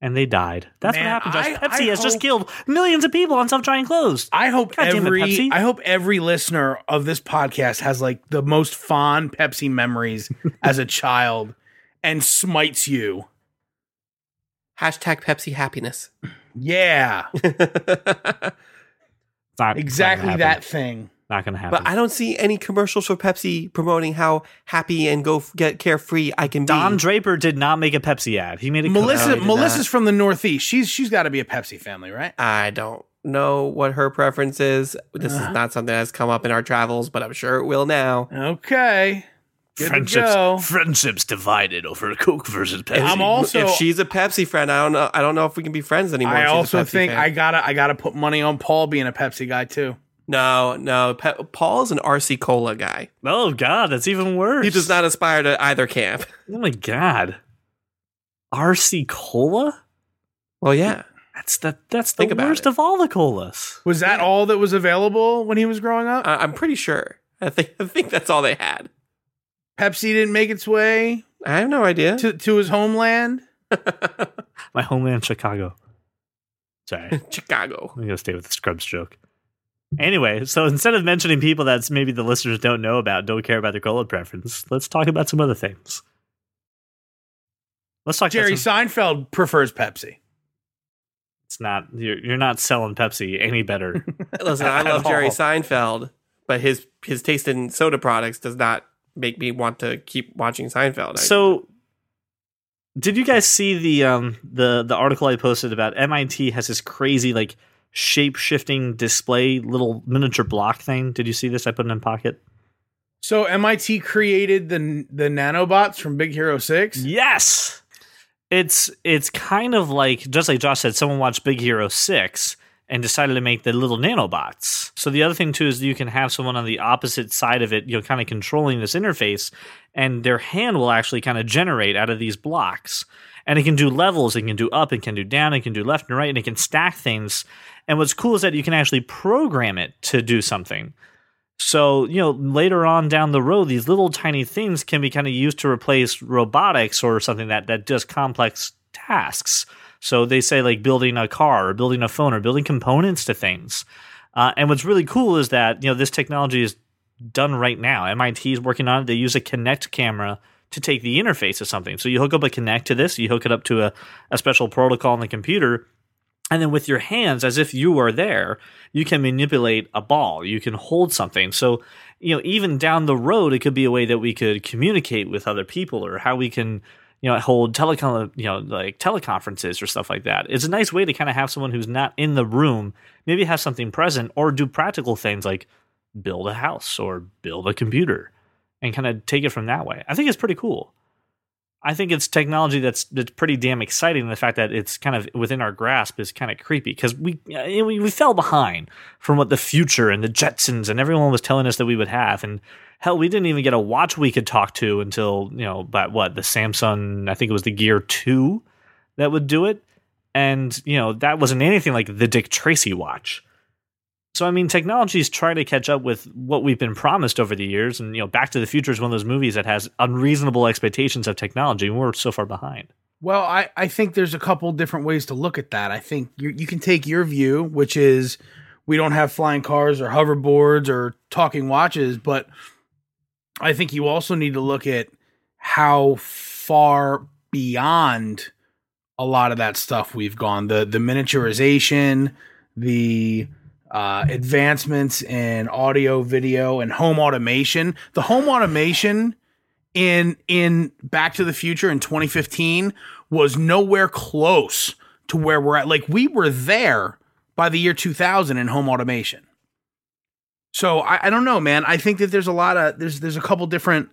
and they died. That's
Man,
what happened. Josh.
I-
Pepsi
I
has just
hope-
killed millions of people on self-drying clothes.
I hope
God damn it,
every
Pepsi.
I hope every listener of this podcast has like the most fond Pepsi memories as a child and smites you.
Hashtag Pepsi happiness.
Yeah,
but
It's not-
exactly
not gonna happen.
that thing.
Not going to happen.
I don't see any commercials for Pepsi promoting how happy and go f- get carefree I can
Don
be.
Draper did not make a Pepsi ad. He made a
Melissa
did not.
Melissa's from the Northeast. She's she's got to be a Pepsi family, right?
I don't know what her preference is. This
Uh.
is not something that's come up in our travels, but I'm sure it will now.
Okay. Good to go.
friendships, friendships divided over Coke versus Pepsi.
I'm also
if she's a Pepsi friend, I don't know. I don't know if we can be friends anymore. if
I
she's a
also
Pepsi
think
fan.
I gotta I gotta put money on Paul being a Pepsi guy too.
No, no. Pe- Paul's an RC Cola guy.
Oh God, that's even worse.
He does not aspire to either camp.
Oh my God, RC Cola.
Well, yeah.
That's the that's the
Think about
worst
it.
of all the colas.
Was that all that was available when he was growing up?
I- I'm pretty sure. I think I think that's all they had.
Pepsi didn't make its way
I have no idea.
to, to his homeland.
My homeland, Chicago. Sorry, I'm
Chicago.
gonna stay with the Scrubs joke. Anyway, so instead of mentioning people that maybe the listeners don't know about, don't care about their cola preference, let's talk about some other things. Let's talk.
Jerry
about some,
Seinfeld prefers Pepsi.
it's not you're, you're not selling Pepsi any better.
Listen, I
At
love Jerry
all.
Seinfeld, but his his taste in soda products does not make me want to keep watching Seinfeld. I-
So, did you guys see the um the the article I posted about MIT has this crazy like shape shifting display little miniature block thing? Did you see this? I put it in pocket.
So MIT created the the nanobots from Big Hero Six.
Yes. It's it's kind of like just like Josh said, someone watched Big Hero Six and decided to make the little nanobots. So the other thing too is you can have someone on the opposite side of it, you know, kind of controlling this interface, and their hand will actually kind of generate out of these blocks. And it can do levels, it can do up, it can do down, it can do left and right, and it can stack things. And what's cool is that you can actually program it to do something. So, you know, later on down the road, these little tiny things can be kind of used to replace robotics or something that, that does complex tasks. So they say like building a car or building a phone or building components to things. Uh, and what's really cool is that, you know, this technology is done right now. MIT is working on it. They use a Kinect camera to take the interface of something. So you hook up a connect to this, you hook it up to a, a special protocol on the computer, and then with your hands, as if you were there, you can manipulate a ball. You can hold something. So, you know, even down the road, it could be a way that we could communicate with other people or how we can, you know, hold telecom, you know, like teleconferences or stuff like that. It's a nice way to kind of have someone who's not in the room, maybe have something present or do practical things like build a house or build a computer and kind of take it from that way. I think it's pretty cool. I think it's technology that's that's pretty damn exciting. The fact that it's kind of within our grasp is kind of creepy because we, uh, we we fell behind from what the future and the Jetsons and everyone was telling us that we would have. And hell, we didn't even get a watch we could talk to until you know, but what the Samsung? I think it was the Gear Two that would do it. And you know that wasn't anything like the Dick Tracy watch. So I mean, technology's trying to catch up with what we've been promised over the years, and you know, Back to the Future is one of those movies that has unreasonable expectations of technology, and we're so far behind.
Well, I, I think there's a couple different ways to look at that. I think you, you can take your view, which is we don't have flying cars or hoverboards or talking watches, but I think you also need to look at how far beyond a lot of that stuff we've gone. The the miniaturization, the uh, advancements in audio, video, and home automation. The home automation in in Back to the Future in 2015 was nowhere close to where we're at. Like we were there by the year 2000 in home automation. So I, I don't know, man. I think that there's a lot of there's there's a couple different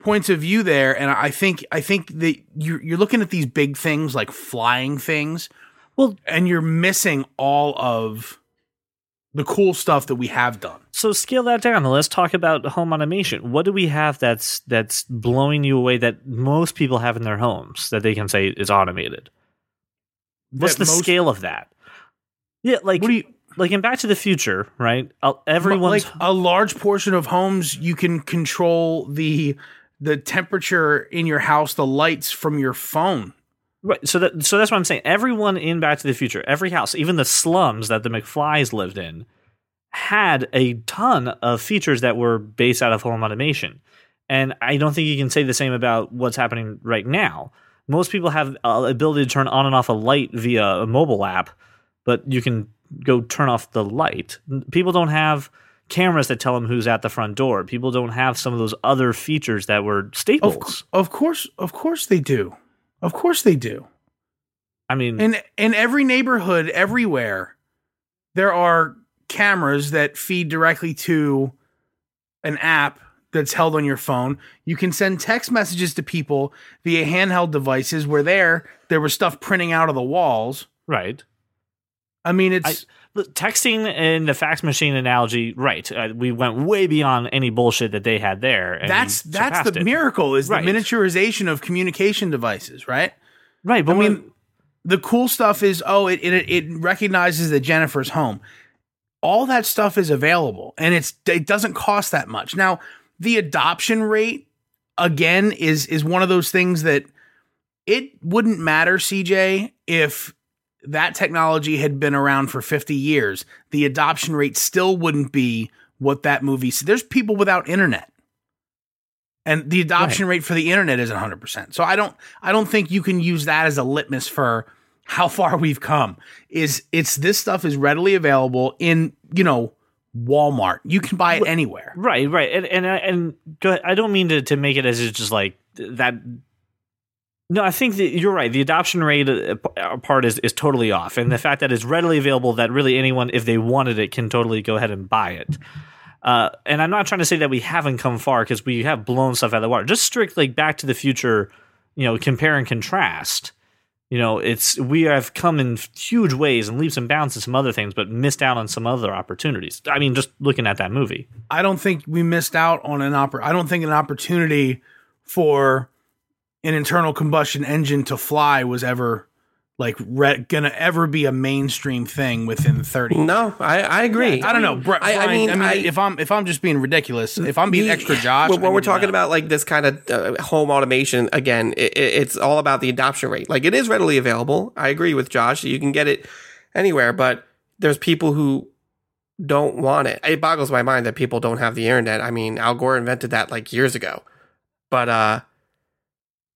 points of view there, and I think I think that you're you're looking at these big things like flying things,
Well,
and you're missing all of the cool stuff that we have done.
so scale that down and let's talk about home automation. What do we have that's that's blowing you away that most people have in their homes that they can say is automated? What's
That
the
most-
scale of that? Yeah, like
What do you
like in Back to the Future, right? Uh, Everyone's
like a large portion of homes you can control the the temperature in your house, the lights from your phone.
Right. So that so that's what I'm saying. Everyone in Back to the Future, every house, even the slums that the McFlys lived in, had a ton of features that were based out of home automation. And I don't think you can say the same about what's happening right now. Most people have uh, ability to turn on and off a light via a mobile app, but you can go turn off the light. People don't have cameras that tell them who's at the front door. People don't have some of those other features that were staples.
Of, cou- of course, of course they do. Of course they do.
I mean,
In in every neighborhood, everywhere, there are cameras that feed directly to an app that's held on your phone. You can send text messages to people via handheld devices. Where there, there was stuff printing out of the walls.
right.
I mean, it's
the texting and the fax machine analogy, right? Uh, we went way beyond any bullshit that they had there. and
that's
we
that's
surpassed
the
it.
miracle is
Right.
the miniaturization of communication devices, right?
right? But
I
when-
mean, the cool stuff is oh, it it, it recognizes that Jennifer's home. All that stuff is available, and it's it doesn't cost that much. Now, the adoption rate again is is one of those things that it wouldn't matter, CJ, if that technology had been around for 50 years. The adoption rate still wouldn't be what that movie. So there's people without internet. And the adoption rate for the internet isn't 100%. So I don't I don't think you can use that as a litmus for how far we've come. Is it's this stuff is readily available in, you know, Walmart. You can buy it anywhere.
right, right, and and I- and go ahead. I don't mean to to make it as it's just like that. No, I think that you're right. The adoption rate uh, uh, part is, is totally off, and the fact that it's readily available that really anyone, if they wanted it, can totally go ahead and buy it. Uh, and I'm not trying to say that we haven't come far because we have blown stuff out of the water. Just strictly Back to the Future, you know, compare and contrast. You know, it's we have come in huge ways and leaps and bounds in some other things, but missed out on some other opportunities. I mean, just looking at that movie,
I don't think we missed out on an oppor- I don't think an opportunity for an internal combustion engine to fly was ever like re- gonna ever be a mainstream thing within 30
No, I, I agree.
I don't know. Bre-
I- I
Brian, I,
mean,
mean,
I-
if I'm if I'm just being ridiculous, if I'm being
We-
extra Josh,
When, when
I
we're
need to
talking
know.
about like this kind of uh, home automation, again, i i- it's all about the adoption rate. Like it is readily available. I agree with Josh. You can get it anywhere, but there's people who don't want it. It boggles my mind that people don't have the internet. I mean, Al Gore invented that like years ago, but uh,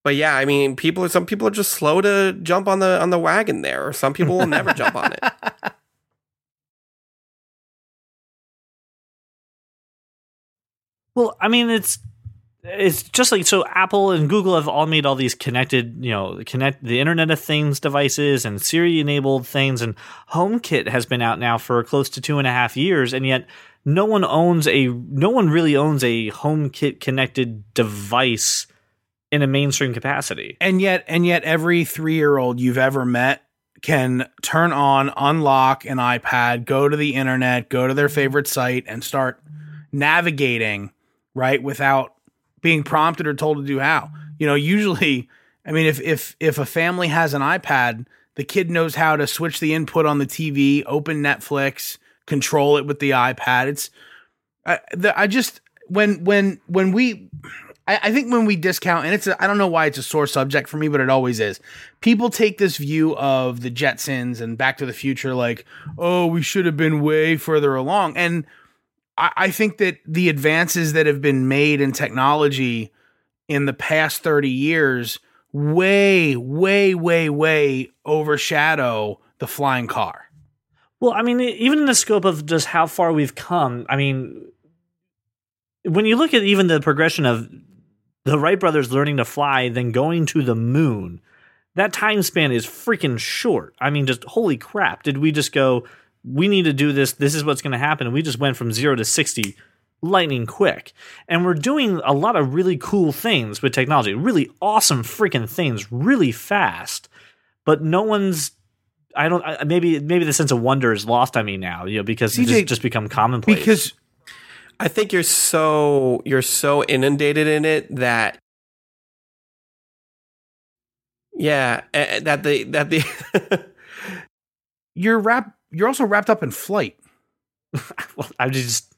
But yeah, I mean, people. Some people are just slow to jump on the on the wagon there, or some people will never jump on it.
Well, I mean, it's it's just like so. Apple and Google have all made all these connected, you know, connect the Internet of Things devices and Siri enabled things, and HomeKit has been out now for close to two and a half years, and yet no one owns a no one really owns a HomeKit connected device in a mainstream capacity.
and yet and yet every three year old you've ever met can turn on unlock an ipad go to the internet go to their favorite site and start navigating right without being prompted or told to do how you know usually i mean if if if a family has an ipad the kid knows how to switch the input on the tv open netflix control it with the ipad it's i, the, I just when when when we I, I think when we discount, and it's a, I don't know why it's a sore subject for me, but it always is. People take this view of the Jetsons and Back to the Future, like, oh, we should have been way further along. And I, I think that the advances that have been made in technology in the past 30 years way, way, way, way overshadow the flying car.
Well, I mean, e- even in the scope of just how far we've come, I mean, when you look at even the progression of the Wright brothers learning to fly, then going to the moon, that time span is freaking short. I mean, just holy crap. Did we just go, we need to do this? This is what's going to happen. And we just went from zero to 60 lightning quick. And we're doing a lot of really cool things with technology, really awesome freaking things, really fast. But no one's I don't. I, maybe maybe the sense of wonder is lost on me now. You know, because it's
CJ,
just, just become commonplace.
Because
I think you're so you're so inundated in it that yeah, eh, eh, that the that the
you're wrap, you're also wrapped up in flight.
well, I just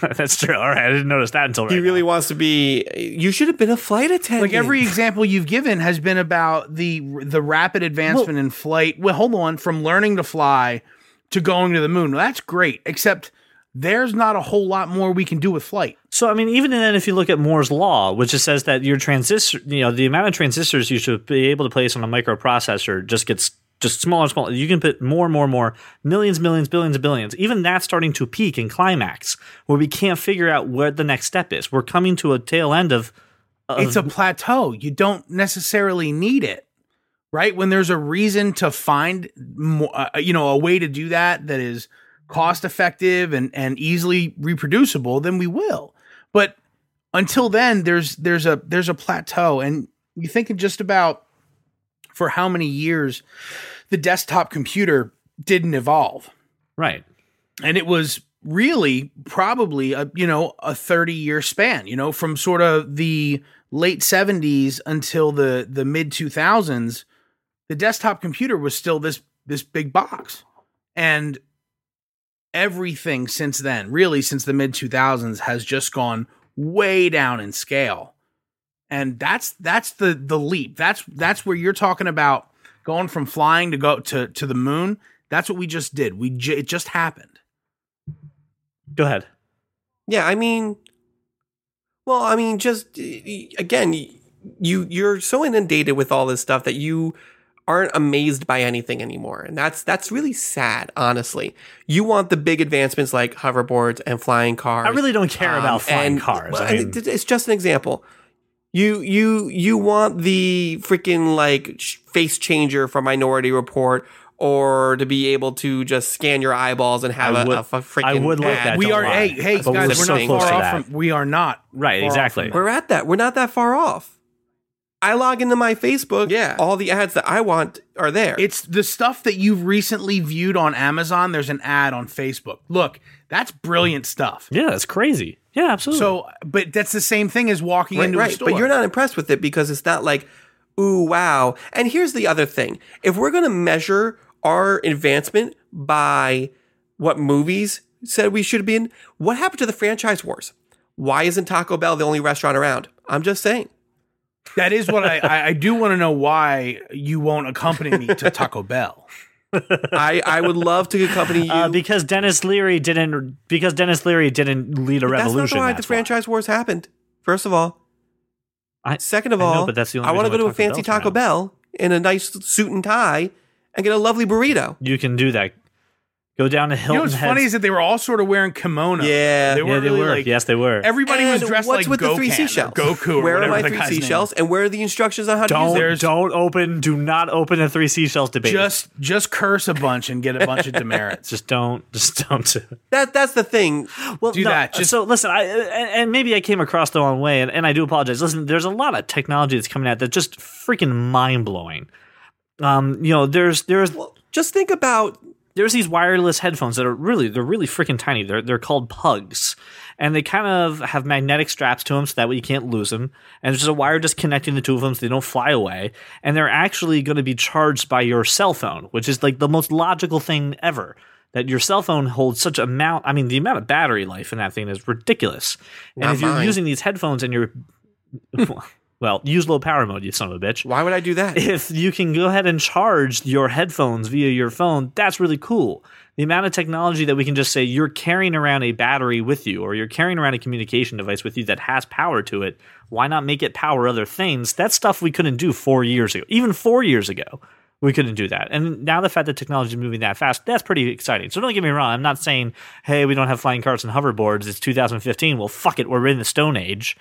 that's true. All right, I didn't notice that until right
he really
now.
wants to be. You should have been a flight attendant.
like every example you've given has been about the the rapid advancement in flight. Well, hold on, from learning to fly to going to the moon. Well, that's great, except there's not a whole lot more we can do with flight.
So I mean, even then, if you look at Moore's law, which just says that your transistor, you know, the amount of transistors you should be able to place on a microprocessor just gets just smaller and smaller. You can put more and more and more millions, millions, billions, and billions. Even that's starting to peak and climax, where we can't figure out what the next step is. We're coming to a tail end of
it's a plateau. You don't necessarily need it, right? When there's a reason to find, mo- uh, you know, a way to do that that is cost effective and and easily reproducible, then we will. But until then, there's there's a there's a plateau, and you think just about for how many years the desktop computer didn't evolve
right.
and it was really probably a you know a 30 year span you know from sort of the late 70s until the the mid 2000s the desktop computer was still this this big box and everything since then really since the mid 2000s has just gone way down in scale and that's that's the the leap that's that's where you're talking about going from flying to go to to the moon that's what we just did we ju- it just happened
Go ahead.
Yeah, I mean, well, I mean, just y- y- again, y- you you're so inundated with all this stuff that you aren't amazed by anything anymore, and that's that's really sad, honestly. You want the big advancements like hoverboards and flying cars.
I really don't care
um,
about flying
and-
cars.
well,
I
and
mean-
it- it's just an example. You you you want the freaking like sh- face changer from Minority Report. Or to be able to just scan your eyeballs and have
I
a,
would-
a f- freaking
I would like
ad.
that.
we
don't
are
lie.
hey hey
But
guys
we're
we're,
so
not
close
far
to
off
that.
from we are not
Right,
far off
exactly.
from
We're at that. We're not that far off. I log into my Facebook.
Yeah.
All the ads that I want are there.
that. it's the stuff that you've recently viewed on amazon there's an ad on facebook look that's brilliant stuff
Yeah, it's crazy. Yeah, absolutely.
so but that's the same thing as walking
right,
into
right.
a store
But you're not impressed with it because it's not like, ooh, wow. And here's the other thing. If we're going to measure our advancement by what movies said we should be in, what happened to the franchise wars? Why isn't Taco Bell the only restaurant around? I'm just saying.
that is what i i, I do want to know why you won't accompany me to taco bell
I, I would love to accompany you.
uh, because Dennis Leary didn't, because Dennis Leary didn't lead a
But
revolution.
That's not the why the
that's why.
franchise wars happened. First of all,
I-
Second of
I know,
all,
but that's the only
I want to go
reason
to
why
a fancy
Taco
Taco Bell in a nice suit and tie and get a lovely burrito.
You can do that. Go down to
You
Hilton
know what's
Head.
funny is that they were all sort of wearing kimono.
Yeah.
they
yeah,
were
they
really
were.
like
yes, they were.
everybody
and
was dressed
what's
like
with the
Goku
three seashells?
Goku. Or
where are
whatever
my
the
three
guy's name
seashells? And where are the instructions on how to use
don't
them?
there's-
don't open. Do not open a three seashells
is.
debate.
Just just curse a bunch and get a bunch of demerits.
just don't. Just don't. do it.
That that's the thing.
Well,
Do
no,
that. Just-
so listen, I and, and maybe I came across the wrong way, and, and I do apologize. Listen, there's a lot of technology that's coming out that's just freaking mind blowing. Um, you know, there's there's
Well, just think about
there's these wireless headphones that are really they're really freaking tiny. They're they're called pugs, and they kind of have magnetic straps to them so that way you can't lose them. And there's just a wire just connecting the two of them so they don't fly away. And they're actually going to be charged by your cell phone, which is like the most logical thing ever. That your cell phone holds such amount. I mean, the amount of battery life in that thing is ridiculous. and
Not
if you're
mine.
using these headphones and you're well, use low power mode, you son of a bitch
why would I do that?
if you can go ahead and charge your headphones via your phone, that's really cool. The amount of technology that we can just say you're carrying around a battery with you or you're carrying around a communication device with you that has power to it, why not make it power other things? That's stuff we couldn't do four years ago. Even four years ago, we couldn't do that. And now the fact that technology is moving that fast, that's pretty exciting. So don't get me wrong. I'm not saying, hey, we don't have flying carts and hoverboards. It's 2015. Well, fuck it. We're in the Stone Age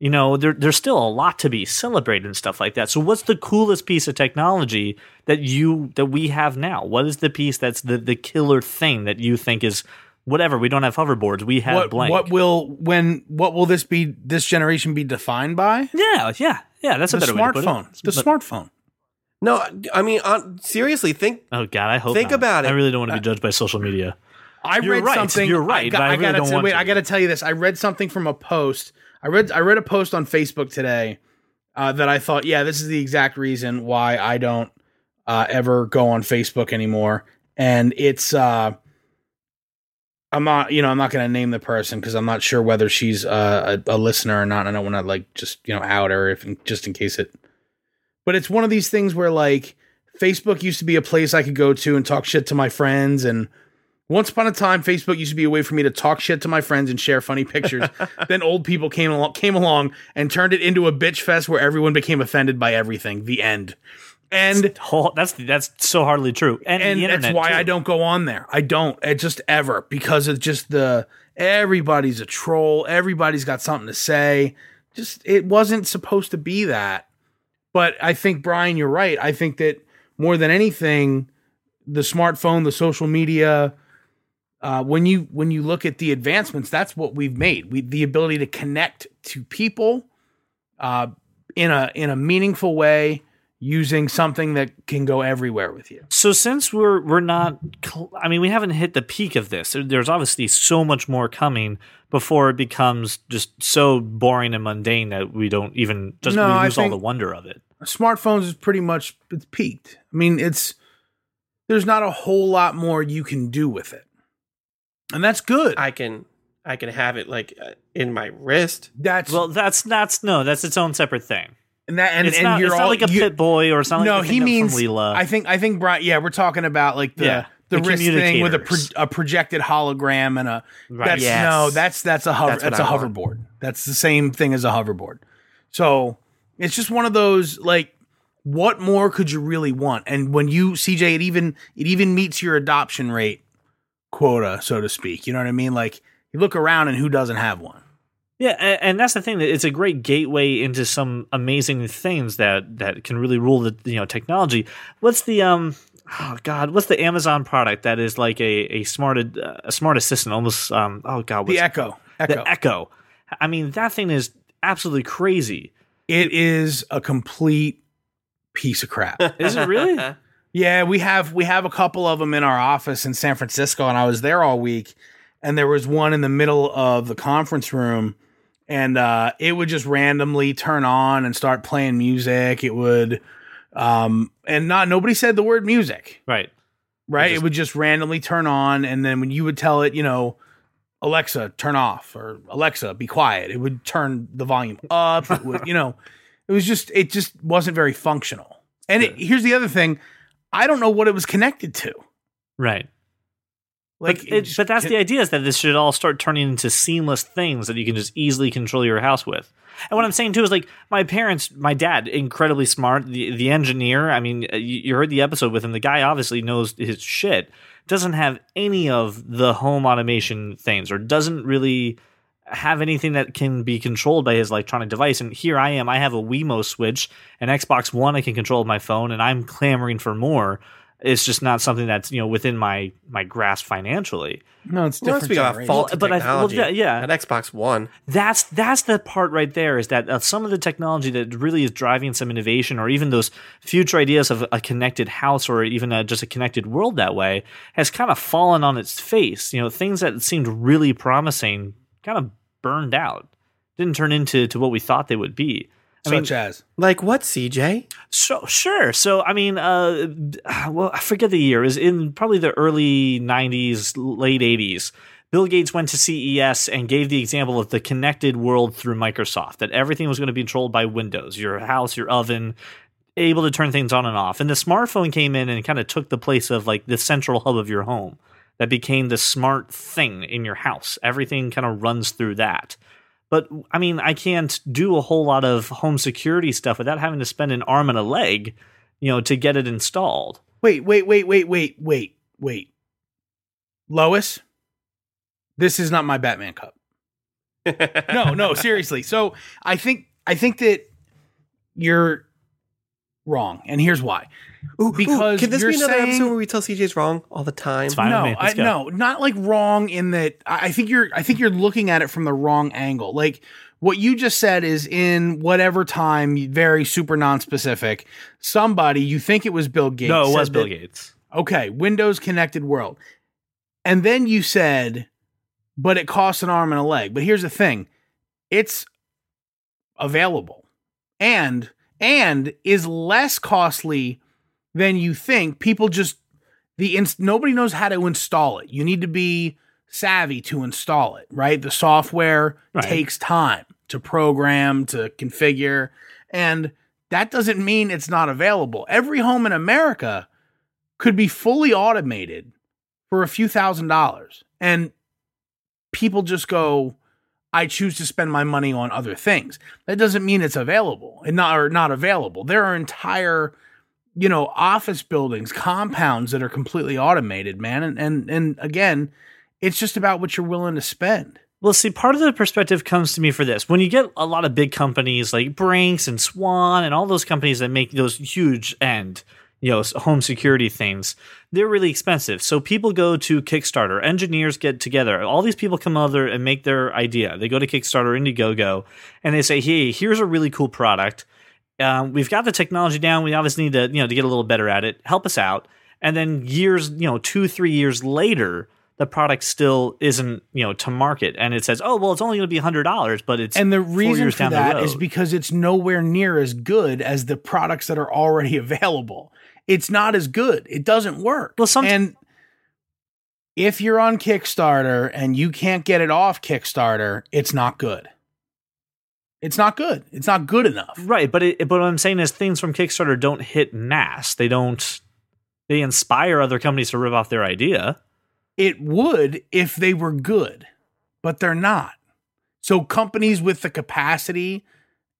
you know there, there's still a lot to be celebrated and stuff like that so what's the coolest piece of technology that you that we have now what is the piece that's the the killer thing that you think is whatever we don't have hoverboards we have
what
blank
what will when what will this be this generation be defined by?
yeah yeah yeah that's
The
a better way to put
smartphone.
it.
The
But-
smartphone.
No, I mean on, seriously, think
oh god i hope
Think
not.
about it.
i really don't want to be judged by social media
I
You're
read
right.
something.
You're right,
I, got,
but I
I,
really
gotta
don't
t-
want
wait.
to.
I got to tell you this. I read something from a post. I read. I read a post on Facebook today uh, that I thought, yeah, this is the exact reason why I don't uh, ever go on Facebook anymore. And it's. Uh, I'm not, you know, I'm not going to name the person because I'm not sure whether she's uh, a, a listener or not. I don't want to like just, you know, out her if just in case it. But it's one of these things where like Facebook used to be a place I could go to and talk shit to my friends and once upon a time, Facebook used to be a way for me to talk shit to my friends and share funny pictures. then old people came along, came along and turned it into a bitch fest where everyone became offended by everything. The end. And
Whole- that's that's so hardly true and,
and
the
that's
internet,
why
too.
I don't go on there. I don't. It just ever because of just the everybody's a troll. Everybody's got something to say. Just it wasn't supposed to be that. But I think Brian, you're right. I think that more than anything, the smartphone, the social media, uh, when you when you look at the advancements, that's what we've made. We the ability to connect to people uh, in a in a meaningful way using something that can go everywhere with you.
So since we're we're not, cl- I mean, we haven't hit the peak of this. There- There's obviously so much more coming before it becomes just so boring and mundane that we don't even just
No,
we
I
lose all
think-
the wonder of it.
smartphones is pretty much it's peaked. I mean, it's there's not a whole lot more you can do with it, and that's good.
I can I can have it like uh, in my wrist.
that's
Well, that's that's no, that's its own separate thing.
and that and,
it's
and
not,
you're
it's
all
not like a
you-
pit boy or it's not like
no,
the
he
thing
means
from Leela.
I think I think Brian. Yeah, we're talking about like the
Yeah,
the,
the
wrist thing with a pro,
communicators.
a projected hologram and a
Right.
that's
Yes.
no that's that's a hover
That's
that's,
what
a
I want.
hoverboard. That's the same thing as a hoverboard. So it's just one of those like what more could you really want? And when you CJ, it even it even meets your adoption rate quota, so to speak. You know what I mean? Like you look around and who doesn't have one?
Yeah, and, and that's the thing that it's a great gateway into some amazing things that that can really rule the you know technology. What's the um oh god, what's the Amazon product that is like a a smart ad- uh, a smart assistant almost um oh god, what's
The Echo, Echo.
the Echo. I mean, that thing is absolutely crazy.
it is a complete piece of crap.
Is it really?
Yeah, we have we have a couple of them in our office in San Francisco, and I was there all week, and there was one in the middle of the conference room, and uh, it would just randomly turn on and start playing music. It would, um, and not nobody said the word music,
right.
right?
It just-
it would just randomly turn on, and then when you would tell it, you know. Alexa, turn off, or Alexa, be quiet. It would turn the volume up. It would, you know, it was just, it just wasn't very functional. And it, here's the other thing I don't know what it was connected to.
Right.
Like,
but, it, but that's the idea is that this should all start turning into seamless things that you can just easily control your house with. And what I'm saying too is like my parents, my dad, incredibly smart, the, the engineer. I mean, uh, you, you heard the episode with him. The guy obviously knows his shit. Doesn't have any of the home automation things, or doesn't really have anything that can be controlled by his electronic device. And here I am. I have a Wemo Switch, an Xbox One. I can control with my phone, and I'm clamoring for more. It's just not something that's you know within my my grasp financially.
no, it's
Well,
different.
let's speak about
generation.
faulty
But I- well,
technology.
yeah, yeah.
An Xbox One.
That's that's the part right there is that uh, some of the technology that really is driving some innovation or even those future ideas of a connected house or even a, just a connected world that way has kind of fallen on its face. You know, things that seemed really promising kind of burned out, didn't turn into to what we thought they would be. I mean,
such as
Like what, CJ?
so sure. So I mean, uh, well, I forget the year. It was in probably the early '90s, late '80s. Bill Gates went to CES and gave the example of the connected world through Microsoft. That everything was going to be controlled by Windows, your house, your oven, able to turn things on and off. And the smartphone came in and kind of took the place of like the central hub of your home. That became the smart thing in your house. Everything kind of runs through that. But I mean, I can't do a whole lot of home security stuff without having to spend an arm and a leg, you know, to get it installed.
Wait, wait, wait, wait, wait, wait, wait. Lois, this is not my Batman cup. No, no, seriously. So I think I think that you're wrong, and here's why.
Ooh, ooh,
Because
could this
you're
be another
saying-
episode where we tell CJ's wrong all the time?
It's fine
no,
with me.
I,
Let's go.
no, not like wrong in that. I I think you're. I think you're looking at it from the wrong angle. Like what you just said is in whatever time, very super non-specific. Somebody you think it was Bill Gates.
no, it was
said
Bill
that-
Gates.
Okay, Windows Connected World. And then you said, but it costs an arm and a leg. But here's the thing it's available and and is less costly than you think. People just the ins- nobody knows how to install it. You need to be savvy to install it, right? The software
Right.
takes time to program, to configure, and that doesn't mean it's not available. Every home in America could be fully automated for a few thousand dollars. And people just go, I choose to spend my money on other things. That doesn't mean it's available and not or not available. There are entire, you know, office buildings, compounds that are completely automated, man. And and and again, it's just about what you're willing to spend.
Well, see, part of the perspective comes to me for this. When you get a lot of big companies like Brinks and Swan and all those companies that make those huge end, you know, s- home security things, they're really expensive. So people go to Kickstarter. Engineers get together. All these people come over and make their idea. They go to Kickstarter, Indiegogo, and they say, "Hey, here's a really cool product. um, we've got the technology down. We obviously need to, you know, to get a little better at it. Help us out. And then years, you know, two, three years later, the product still isn't, you know, to market. And it says, oh, well, it's only going to be hundred dollars, but it's
And the
four
reason
years
for
down the
that is
road.
because it's nowhere near as good as the products that are already available. It's not as good. It doesn't work.
Well, some-
and if you're on Kickstarter and you can't get it off Kickstarter, it's not good. It's not good. It's not good enough.
right. But it, but what I'm saying is things from Kickstarter don't hit mass. They don't. They inspire other companies to rip off their idea.
It would if they were good, but they're not. So companies with the capacity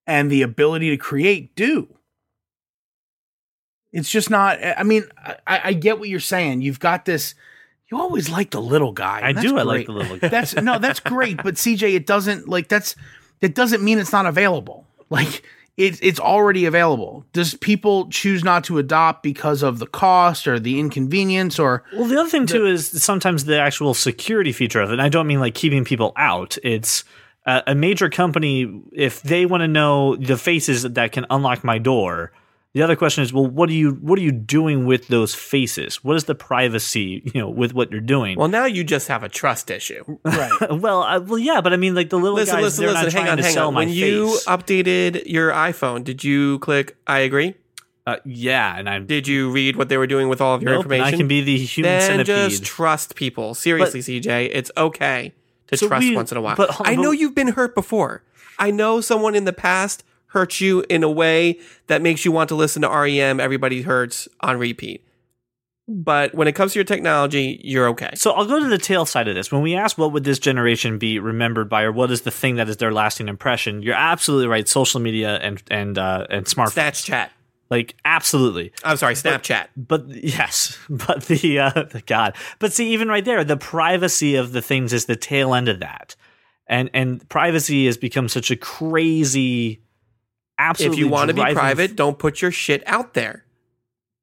and the ability to create do. It's just not. I mean, I, I get what you're saying. You've got this. You always like the little guy.
I
and
do.
that's
I like
great.
the little guy.
That's no, that's great. But CJ, it doesn't like that's that doesn't mean it's not available. Like it's it's already available. Does people choose not to adopt because of the cost or the inconvenience or
Well, the other thing too is sometimes the actual security feature of it. And I don't mean like keeping people out. It's uh, a major company if they want to know the faces that can unlock my door. The other question is, well, what are you what are you doing with those faces? What is the privacy, you know, with what you're doing?
Well, now you just have a trust issue.
right?
well, uh, well, yeah, but I mean, like the little
Listen,
guys,
listen,
they're
listen.
not
Hang
trying
on,
to
hang
sell
on.
my
When you
face.
updated your iPhone, did you click I agree?
uh, yeah, and I'm
Did you read what they were doing with all of your
nope, and
information?
I can be the human
then
centipede.
just trust people. Seriously, CJ, it's okay to
So
trust
we-
once in a while.
but hold on,
I
but-
know you've been hurt before. I know someone in the past hurt E you in a way that makes you want to listen to REM. Everybody hurts on repeat. But when it comes to your technology, you're okay.
So I'll go to the tail side of this. When we ask what would this generation be remembered by, or what is the thing that is their lasting impression, you're absolutely right. Social media and and uh, and smartphones,
Snapchat.
like absolutely.
I'm sorry, Snapchat.
But yes, but the uh, the God, but see, even right there, the privacy of the things is the tail end of that, and and privacy has become such a crazy. Absolutely
if you want to be
driving-
private, don't put your shit out there.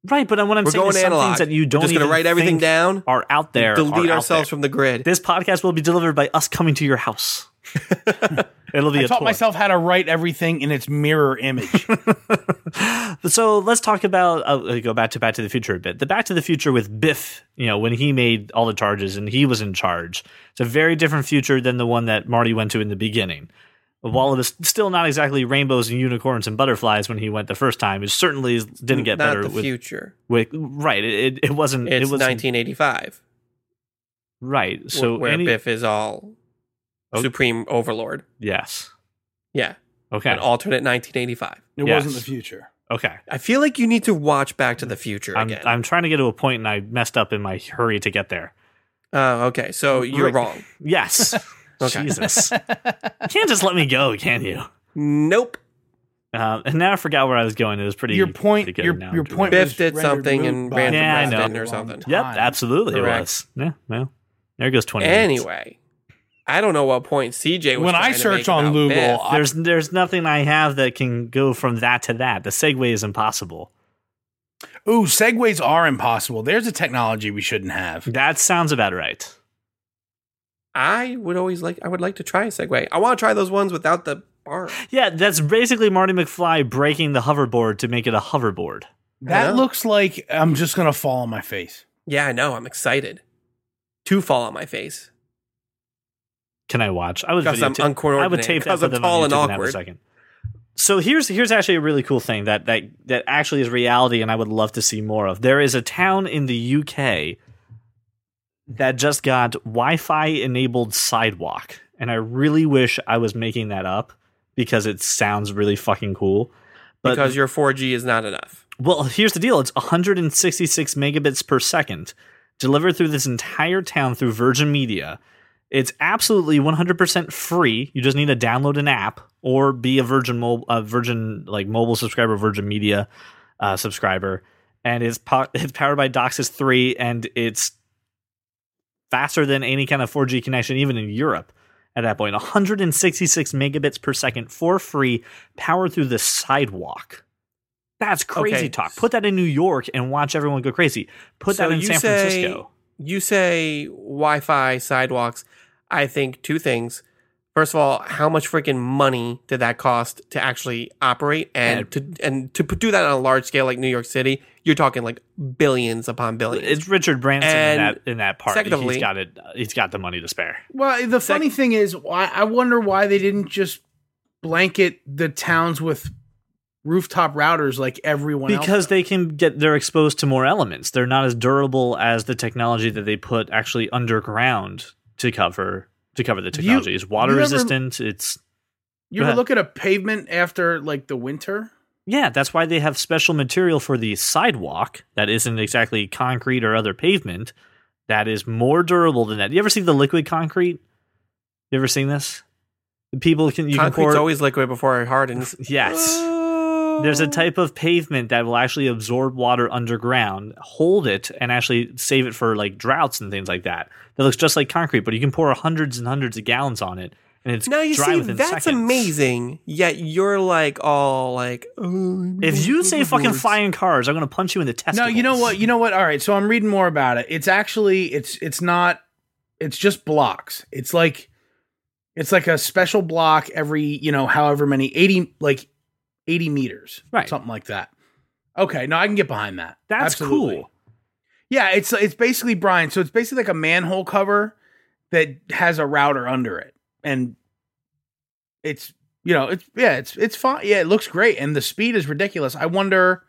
right? But what I'm
We're
saying
going
is some
analog.
things that you don't
We're just gonna
even
write everything
think
down.
are out there.
delete
are out there.
ourselves from the grid.
This podcast will be delivered by us coming to your house. It'll be
I
a
taught
tour.
myself how to write everything in its mirror image.
so let's talk about uh, uh, go back to Back to the Future a bit. The Back to the Future with Biff, you know, when he made all the charges and he was in charge. It's a very different future than the one that Marty went to in the beginning. While it is still not exactly rainbows and unicorns and butterflies when he went the first time, it certainly is- didn't get
Not
better
the
with,
future.
with right. It, it wasn't.
It's
it was
1985,
right.
wh-
So
where
any-
Biff is all
Oh.
supreme overlord.
yes,
Yeah,
okay,
an alternate 1985.
It
Yes.
wasn't the future.
okay.
I feel like you need to watch Back to the Future
I'm,
again.
I'm trying to get to a point and I messed up in my hurry to get there.
oh, okay. So you're
Right.
wrong.
Yes.
Okay.
Jesus. you can't just let me go, can you?
Nope.
Um, and now I forgot where I was going. It was pretty.
your point.
pretty good
Your,
now,
your
Drew.
point.
Biff
was
did
rendered
something
moot
and
by
Ransom
Yeah, I know.
President or
a long
something.
Yep,
time.
absolutely
Correct.
it was. Yeah, well, there goes twenty. minutes.
Anyway, I don't know what point CJ was.
When
trying
I
to
search
make
on
about
Google,
Biff.
I-
there's there's nothing I have that can go from that to that. The segue is impossible.
ooh, segways are impossible. There's a technology we shouldn't have.
That sounds about right.
I would always like. I would like to try a Segway. I want to try those ones without the bar.
Yeah, that's basically Marty McFly breaking the hoverboard to make it a hoverboard.
That
know.
looks like I'm just gonna fall on my face.
Yeah, I know. I'm excited to fall on my face
Can I watch? I would
because I'm
videotape- I
uncoordinated.
would tape that
because
for
I'm
them on
tall and
YouTube and have a
awkward.
second. So here's here's actually a really cool thing that that that actually is reality, and I would love to see more of. There is a town in the UK that just got Wi-Fi enabled sidewalk, and I really wish I was making that up because it sounds really fucking cool. But
because your 4G is not enough.
well, here's the deal: it's 166 megabits per second, delivered through this entire town through Virgin Media. It's absolutely 100% free. You just need to download an app or be a Virgin mobile, a Virgin like mobile subscriber, Virgin Media uh, subscriber, and it's po- it's powered by DOCSIS 3, and it's faster than any kind of 4G connection, even in Europe. At that point, 166 megabits per second for free, powered through the sidewalk. That's crazy
Okay.
talk. Put that in New York and watch everyone go crazy. Put
So
that in
you
San
say-
Francisco.
You say Wi-Fi sidewalks. I think two things. First of all, how much freaking money did that cost to actually operate and to and to do that on a large scale like New York City? You're talking like billions upon billions.
It's Richard Branson in
And
that in that part.
secondly-
he's got it. He's got the money to spare.
Well, the funny thing is, why I wonder why they didn't just blanket the towns with rooftop routers like everyone
because
else.
they can get they're exposed to more elements they're not as durable as the technology that they put actually underground to cover to cover the
You-
technology It's water
you ever-
resistant it's
you
go
ever
ahead.
look at a pavement after like the winter.
yeah that's why they have special material for the sidewalk that isn't exactly concrete or other pavement that is more durable than that you ever see the liquid concrete you ever seen this people can you
Concrete's
can pour
always liquid before it hardens.
yes There's a type of pavement that will actually absorb water underground, hold it, and actually save it for like droughts and things like that. That looks just like concrete, but you can pour hundreds and hundreds of gallons on it, and it's
Now you
dry
see,
within
that's
seconds.
amazing. Yet you're like all like, oh,
If you say fucking
fire.
flying cars, I'm gonna punch you in the testicles.
No, you know what? You know what? All right, so I'm reading more about it. It's actually it's it's not it's just blocks. It's like it's like a special block every, you know, however many 80 like 80 meters.
Right.
Something like that. Okay, no, I can get behind that.
That's
Absolutely.
cool.
Yeah, it's it's basically Brian. So it's basically like a manhole cover that has a router under it, and it's you know it's yeah it's it's fine. Yeah, it looks great, and the speed is ridiculous. I wonder,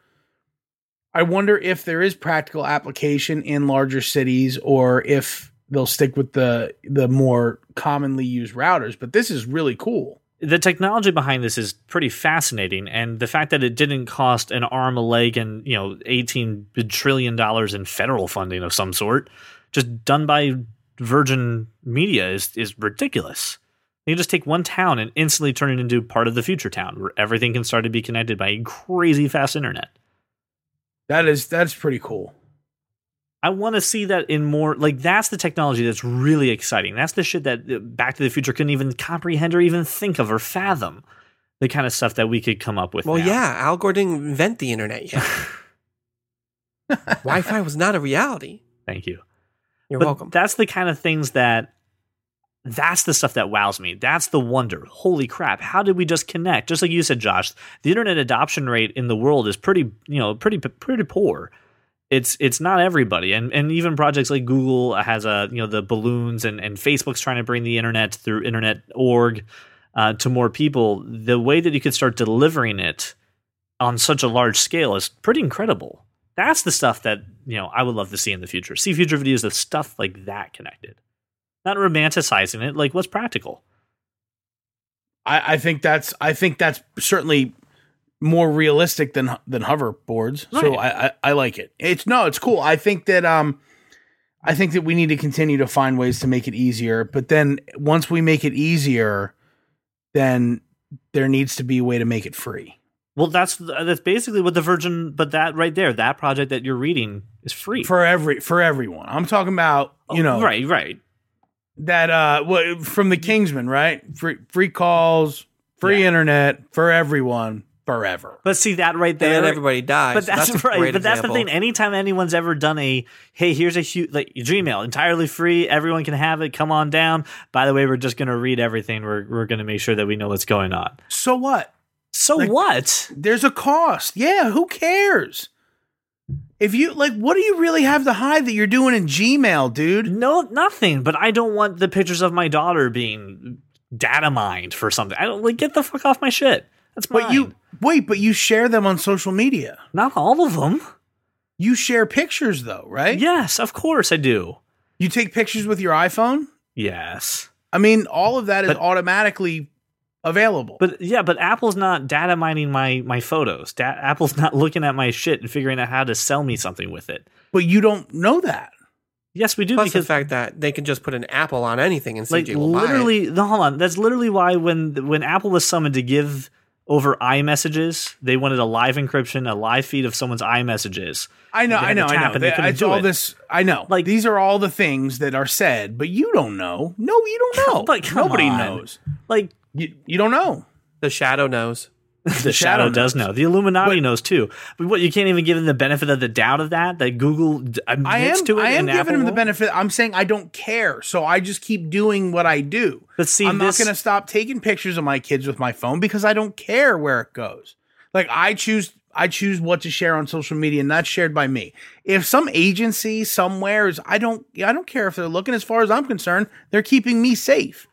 I wonder if there is practical application in larger cities, or if they'll stick with the the more commonly used routers. But this is really cool.
the technology behind this is pretty fascinating and the fact that it didn't cost an arm a leg and you know 18 trillion dollars in federal funding of some sort just done by virgin media is is ridiculous you just take one town and instantly turn it into part of the future town where everything can start to be connected by a crazy fast internet
That is that's pretty cool.
I want to see that in more like that's the technology that's really exciting. That's the shit that uh, Back to the Future couldn't even comprehend or even think of or fathom. The kind of stuff that we could come up with.
Well,
now.
yeah, Al Gore didn't invent the internet yet. Wi-Fi was not a reality.
Thank you.
You're
But
welcome.
That's the kind of things that that's the stuff that wows me. That's the wonder. Holy crap. How did we just connect? Just like you said, Josh, the internet adoption rate in the world is pretty, you know, pretty pretty poor. It's it's not everybody. And and even projects like Google has a, you know, the balloons and and Facebook's trying to bring the internet through internet org uh, to more people. The way that you could start delivering it on such a large scale is pretty incredible. That's the stuff that you know I would love to see in the future. See future videos of stuff like that connected, not romanticizing it. Like what's practical?
I, I think that's I think that's certainly more realistic than than hoverboards. So
Right.
I, I I like it. It's no, it's cool. I think that um I think that we need to continue to find ways to make it easier, but then once we make it easier, then there needs to be a way to make it free.
Well, that's that's basically what the Virgin. But that right there, that project that you're reading is free Oh,
For every for everyone. I'm talking about, you know,
Right, right.
that uh what from the Kingsman, right? Free free calls, free
Yeah.
internet for everyone forever.
But see that right
And
there.
then everybody dies.
but that's,
a
right.
great
But that's the
example.
thing. Anytime anyone's ever done a hey, here's a huge like Gmail entirely free, everyone can have it. Come on down. By the way, we're just gonna read everything. We're we're gonna make sure that we know what's going on.
So what?
So
Like-
what?
There's a cost. Yeah, who cares? If you like, what do you really have to hide that you're doing in Gmail, dude?
No, nothing. But I don't want the pictures of my daughter being data mined for something. I don't like get the fuck off my shit. That's mine.
But you wait, but you share them on social media.
not all of them.
You share pictures though, right?
Yes, of course I do.
You take pictures with your iPhone.
Yes,
I mean, all of that is
But-
automatically available.
but yeah, but Apple's not data mining my my photos. Da- Apple's not looking at my shit and figuring out how to sell me something with it.
but you don't know that.
Yes, we do
Plus
because
the fact that they can just put an apple on anything and
like
CJ will buy it.
literally no hold on that's literally why when when apple was summoned to give over iMessages, they wanted a live encryption, a live feed of someone's iMessages.
I know,
They had
I know,
to
I
tap
know.
and they
That-
couldn't
It's
do
all
it.
this. I know.
Like-
Like these are all the things that are said, but you don't know. No, you don't know.
But come
nobody
on.
knows.
Like
You, you don't know.
The shadow knows.
the shadow,
shadow
does know. The Illuminati
But-
knows too. But what you can't even give them the benefit of the doubt of that that Google d- uh, admits
I am.
to it.
I am
and
giving
Apple
him the
won't?
benefit. I'm saying I don't care, so I just keep doing what I do.
But see,
I'm
this,
not going to stop taking pictures of my kids with my phone because I don't care where it goes. Like I choose. I choose what to share on social media, and that's shared by me. If some agency somewhere is, I don't. I don't care if they're looking. As far as I'm concerned, they're keeping me safe.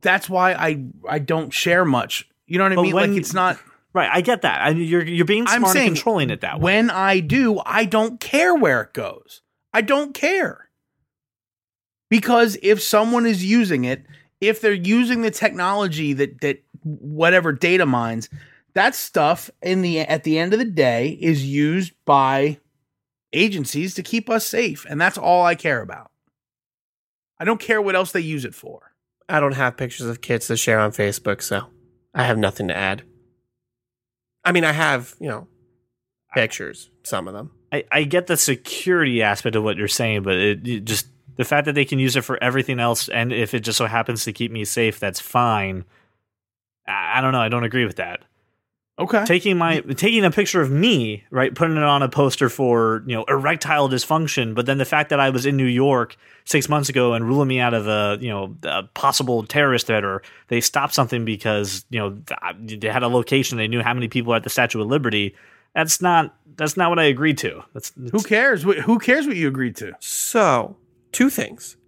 That's why I. I don't share much. You know what I
But
mean?
when-
like it's not.
right. I get that. I, you're you're being
I'm
smart and
saying
controlling it that way.
When I do, I don't care where it goes. I don't care. Because if someone is using it, if they're using the technology that that whatever data mines, that stuff in the at the end of the day is used by agencies to keep us safe, and that's all I care about. I don't care what else they use it for.
I don't have pictures of kids to share on Facebook, so I have nothing to add. I mean, I have, you know, pictures, some of them.
I, I get the security aspect of what you're saying, but it, it just the fact that they can use it for everything else, and if it just so happens to keep me safe, that's fine. I, I don't know. I don't agree with that.
Okay.
Taking my taking a picture of me, right, putting it on a poster for you know erectile dysfunction, but then the fact that I was in New York six months ago and ruling me out of a you know a possible terrorist threat, or they stopped something because you know th- they had a location, they knew how many people were at the Statue of Liberty. That's not that's not what I agreed to. That's,
Who cares? Wh- Who cares what you agreed to?
So, two things.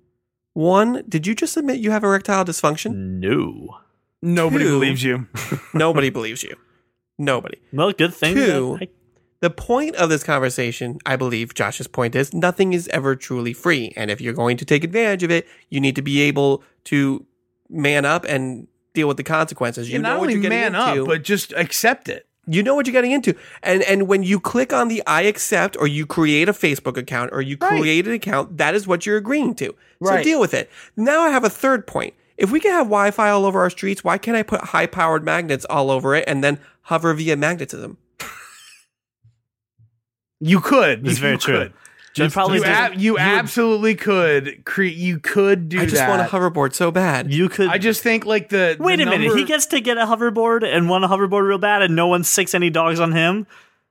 One, did you just admit you have erectile dysfunction?
No.
Nobody
Two.
believes you.
Nobody believes you. Nobody.
Well, good thing. that
Two.
I-
The point of this conversation, I believe Josh's point is nothing is ever truly free. And if you're going to take advantage of it, you need to be able to man up and deal with the consequences. You
and
know
not
what
only
you're getting
man
into.
up, but just accept it.
you know what you're getting into. And and when you click on the I accept or you create a Facebook account or you
Right.
create an account, that is what you're agreeing to. So
Right.
deal with it. Now I have a third point. If we can have Wi-Fi all over our streets, why can't I put high-powered magnets all over it and then hover via magnetism?
You could.
It's
You
very true.
could.
Just probably
You,
doesn't-
ab- you absolutely could. Cre- you could do
I just
that.
want a hoverboard so bad.
you could.
I just think like the.
wait
the
a minute.
number-
He gets to get a hoverboard and won a hoverboard real bad, and no one sicks any dogs on him.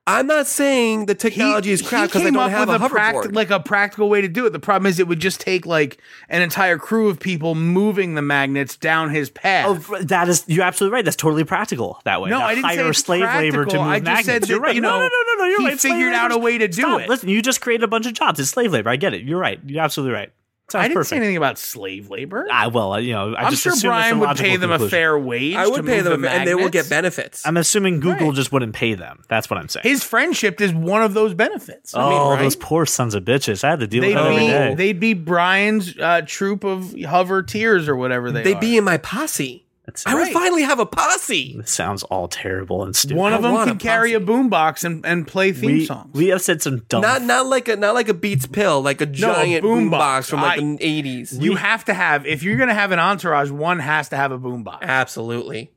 I'm not saying the
he-
technology is crap
he
because I
came
don't
up
have a
with
hoverboard.
pract- like a practical way to do it. The problem is it would just take like an entire crew of people moving the magnets down his path.
Oh, that is you're absolutely right. That's totally practical that way.
No,
to
I didn't say
hire
it's
slave labor to
practical.
move
I just
magnets.
said that,
you're right.
you
no,
know,
no, no, no, no. You're
he
right. Slave
figured out a
labor's-
way to do
Stop.
it.
Listen, you just created a bunch of jobs. It's slave labor. I get it. You're right. You're absolutely right. Sounds
I didn't
perfect.
say anything about slave labor.
Ah, well, I- you know, I
I'm
just
sure
assume it's
Brian
a
would
logical
pay them a
conclusion.
fair wage.
I
to
would pay
move
them,
the
and they will get
magnets.
benefits.
I'm assuming Google
Right.
just wouldn't pay them. That's what I'm saying.
His friendship is one of those benefits.
oh,
right?
those poor sons of bitches! I had to deal
They'd
with that every
be,
day.
they'd be Brian's uh, troop of hover tears or whatever they
They'd
are.
be in my posse.
That's
I would
right.
finally have a posse.
It sounds all terrible and stupid.
One of
I
them
want
could
a
carry a boombox and, and play theme
we,
songs.
we have said some dumb.
Not not like a not like a Beats pill, like a giant boom
boom
box
box.
from like
I-
the eighties.
you have to have if you're going to have an entourage, one has to have a boombox.
absolutely,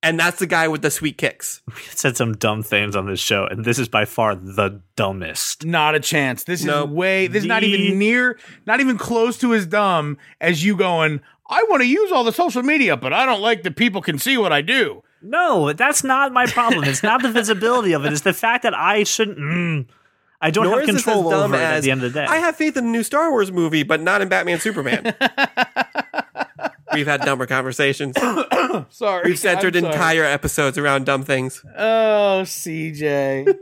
and that's the guy with the sweet kicks.
we have said some dumb things on this show, and this is by far the dumbest.
Not a chance. This
Nope.
is way. This is not
The-
even near. Not even close to as dumb as you going. I want to use all the social media, but I don't like that people can see what I do.
No, that's not my problem. It's not the visibility of it. It's the fact that I shouldn't. Mm, I don't
Nor
have
is this
control
as dumb
over it at
as,
the end of the day.
I have faith in the new Star Wars movie, but not in Batman Superman. We've had dumber conversations.
Sorry,
We've centered
I'm sorry.
entire episodes around dumb things.
Oh, CJ.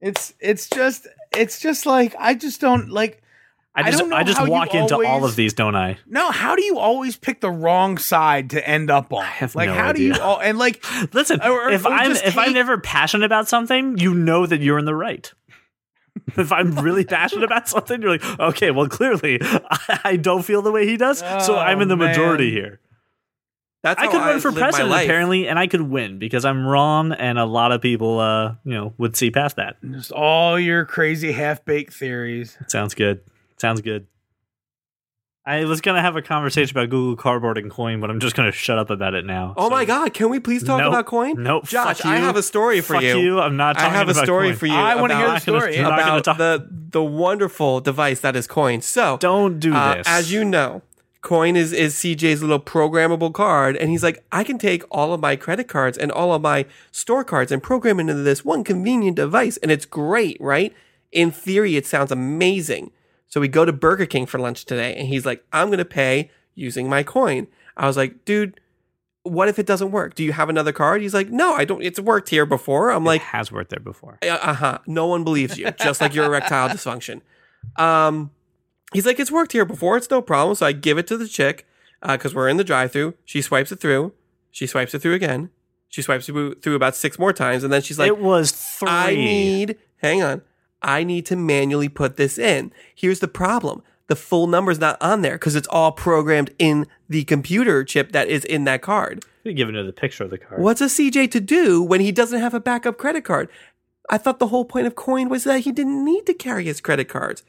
it's it's just it's just like I just don't like.
I
I
just
don't know
I just
how you
walk into all
always-
of these, don't I?
No, how do you always pick the wrong side to end up on?
have
like
no
how do
idea.
you all and like
Listen,
Or- or-
if
or
I'm
just
if I'm
hate-
never passionate about something, you know that you're in the right. if I'm really passionate about something, you're like, okay, well, clearly I, I don't feel the way he does, so
Oh,
I'm in the majority
man.
here.
That's
I
how
could run for
live my
president
life.
apparently, and I could win because I'm wrong, and a lot of people, uh, you know, would see past that.
just all your crazy half baked theories.
Sounds good. Sounds good. I was gonna have a conversation about Google Cardboard and Coin, but I'm just gonna shut up about it now.
Oh
So-
my God! Can we please talk
Nope.
about coin?
Nope.
Josh,
Fuck
I
you.
have a story for
Fuck you. I'm not.
I
Talking
have a
about
story
coin.
for you.
I wanna hear
about-
the story.
You're not gonna
about
talk-
the the wonderful device that is coin. So
Don't do
uh,
this.
as you know, coin is is CJ's little programmable card, and he's like, I can take all of my credit cards and all of my store cards and program into this one convenient device, and it's great, right? In theory, it sounds amazing. So we go to Burger King for lunch today, and he's like, I'm gonna pay using my coin. I was like, dude. What if it doesn't work? Do you have another card? He's like, no, I don't. It's worked here before. I'm like,
it has worked there before.
uh huh. No one believes you, just like your erectile dysfunction. Um, he's like, it's worked here before. It's no problem. So I give it to the chick because we're in the drive-through. She swipes it through. She swipes it through again. She swipes it through about six more times, and then she's like,
it was three.
I need, hang on, I need to manually put this in. Here's the problem the full number's not on there because it's all programmed in the computer chip that is in that card.
Could have given her the picture of the card.
What's a CJ to do when he doesn't have a backup credit card? I thought the whole point of coin was that he didn't need to carry his credit cards.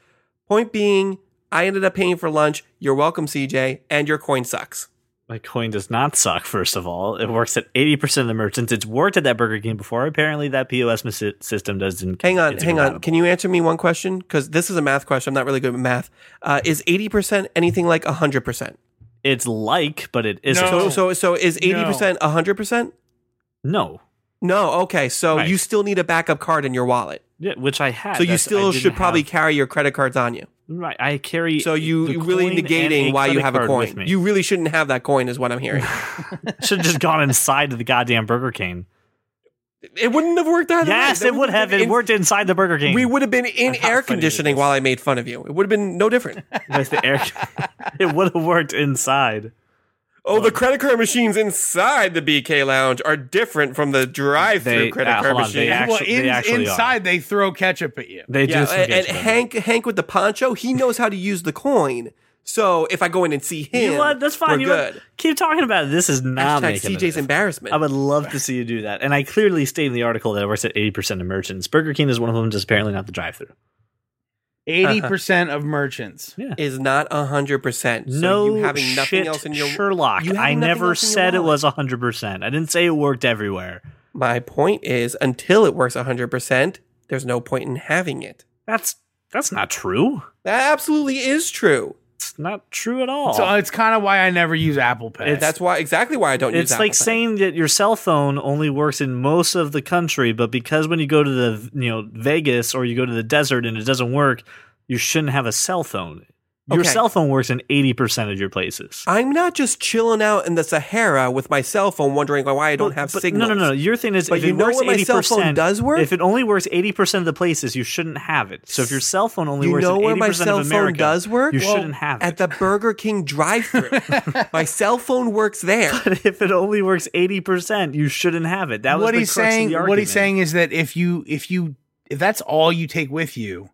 Point being, I ended up paying for lunch. You're welcome, CJ, and your coin sucks.
My coin does not suck. First of all, it works at eighty percent of the merchants. It's worked at that Burger King before. Apparently, that POS mis- system doesn't.
Hang on,
it's
hang on.
reliable.
Can you answer me one question? Because this is a math question. I'm not really good at math. Uh, is 80% anything like 100%?
It's like, but it isn't.
So,
No.
so, so is 80% 100%?
No.
No, okay. So
Right.
you still need a backup card in your wallet.
Yeah, which I had.
So you
That's- I
still
didn't
should probably
have-
carry your credit cards on you.
Right, I carry.
So
the
you really
coin and
negating
a
why you
credit
have a
card
coin.
with me.
You really shouldn't have that coin, is what I'm hearing.
should have just gone inside to the goddamn Burger King.
it wouldn't have worked out.
Yes, it would have. It worked inside the Burger King.
We would have been in
how funny
air
is
conditioning
this?
while I made fun of you. It would have been no different.
With the air. it would have worked inside.
oh, the credit card machines inside the BK Lounge are different from the
They-
drive-through credit
ah,
card
hold on,
machine.
they act-
well,
Actu-
in,
they actually are.
inside they throw ketchup at you.
They
yeah,
do. some
and, and
gangster-
Hank, Hank with the poncho, he knows how to use the coin. So if I go in and see him,
you know what? That's fine.
We're
you know what?
good.
Keep talking about it. This is not
Hashtag
making
CJ's
it.
embarrassment.
I would love to see you do that. And I clearly state in the article that it works at 80% of merchants. Burger King is one of them, just apparently not the drive through.
Eighty percent of merchants.
is not hundred percent. So
no
you having nothing
shit,
else in your
Sherlock.
you having
I
nothing
never
else in your
said it
wallet.
was 100%. I didn't say it worked everywhere.
My point is, until it works hundred percent, there's no point in having it.
That's that's not true.
That absolutely is true.
It's not true at all.
So it's kind of why I never use Apple Pay.
It's-
That's why exactly why I don't use.
it's like
Apple Pay.
saying that your cell phone only works in most of the country, but because when you go to the you know Vegas or you go to the desert and it doesn't work, you shouldn't have a cell phone. Your
Okay.
cell phone works in eighty percent of your places.
I'm not just chilling out in the Sahara with my cell phone, wondering why I don't have
but
signals.
No, no, no. Your thing is,
But
if
you
it
know
works
when my cell phone
80%,
does work?
If it only works eighty percent of the places, you shouldn't have it. So if your cell phone only
You
works
know
in
where
eighty
my
percent
cell
of America,
phone does work?
you shouldn't have
At
it.
the Burger King drive-thru. my cell phone works there.
if it only works eighty percent, you shouldn't have it. That was
what
the
he's
crux of
saying.
the
What
argument.
he's saying is that if you if you if that's all you take with you,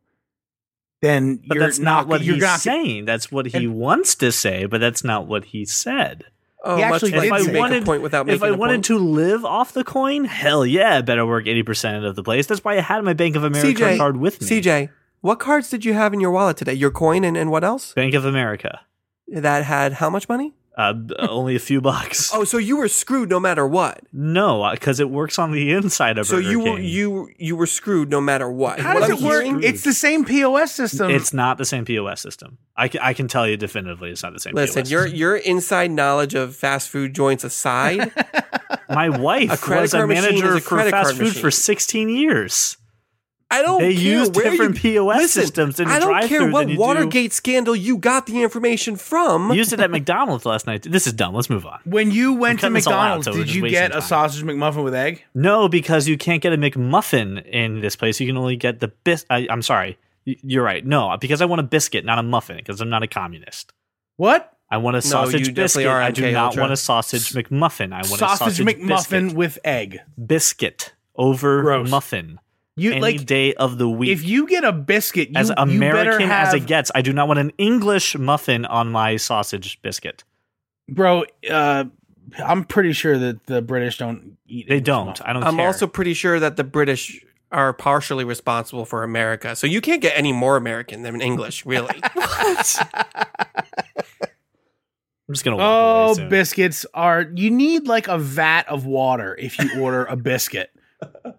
then
But
you're
that's not what
you're
he's
not,
saying. That's what he wants to say, but that's not what he said.
Oh,
He
much
actually
like
did
you
say
make
that.
a point without
if
making
I
a
wanted
point.
to live off the coin, hell yeah, I better work eighty percent of the place. That's why I had my Bank of America
CJ,
card with me.
CJ, what cards did you have in your wallet today? Your coin and, and what else?
Bank of America,
That had how much money?
uh, b- only a few bucks.
Oh, so you were screwed no matter what.
No, because it works on the inside of
So
Burger
you were
King.
you you were screwed no matter what.
How
What
does
I'm
it work?
hearing-
It's the same POS system.
it's not the same POS system. I can, I can tell you definitively, it's not the same.
Listen,
POS
your
system.
your inside knowledge of fast food joints aside,
my
a
wife
credit
was a
card machine
manager
is a
for
credit
fast
card
food for
machine.
sixteen years.
I don't
They
care
use
where
different
you,
POS
Listen,
systems in
I don't
drive-thru
care what
than you do-
Watergate scandal you got the information from.
Used it at McDonald's last night. This is dumb. Let's move on.
when you
I'm
went to
cutting this all out,
McDonald's,
so we're
did
just
you
wasting
get
time.
a sausage McMuffin with egg?
No, because you can't get a McMuffin in this place. You can only get the bis. I, I'm sorry. Y- You're right. No, because I want a biscuit, not a muffin, because I'm not a communist.
What
I want a
you
sausage
definitely
biscuit.
are
I
MK
do not
Ultra.
want a sausage McMuffin. I want a
sausage
sausage
McMuffin
biscuit.
with egg?
biscuit over
Gross.
muffin
You
any
like
day of the week.
if you get a biscuit, you,
as
you better
American
have,
as it gets, I do not want an English muffin on my sausage biscuit.
bro. Uh, I'm pretty sure that the British don't eat.
They
English
don't.
muffins.
I don't
I'm
care.
also pretty sure that the British are partially responsible for America. So you can't get any more American than English, really.
I'm just gonna. Walk away
Oh,
soon.
biscuits are. You need like a vat of water if you order a biscuit.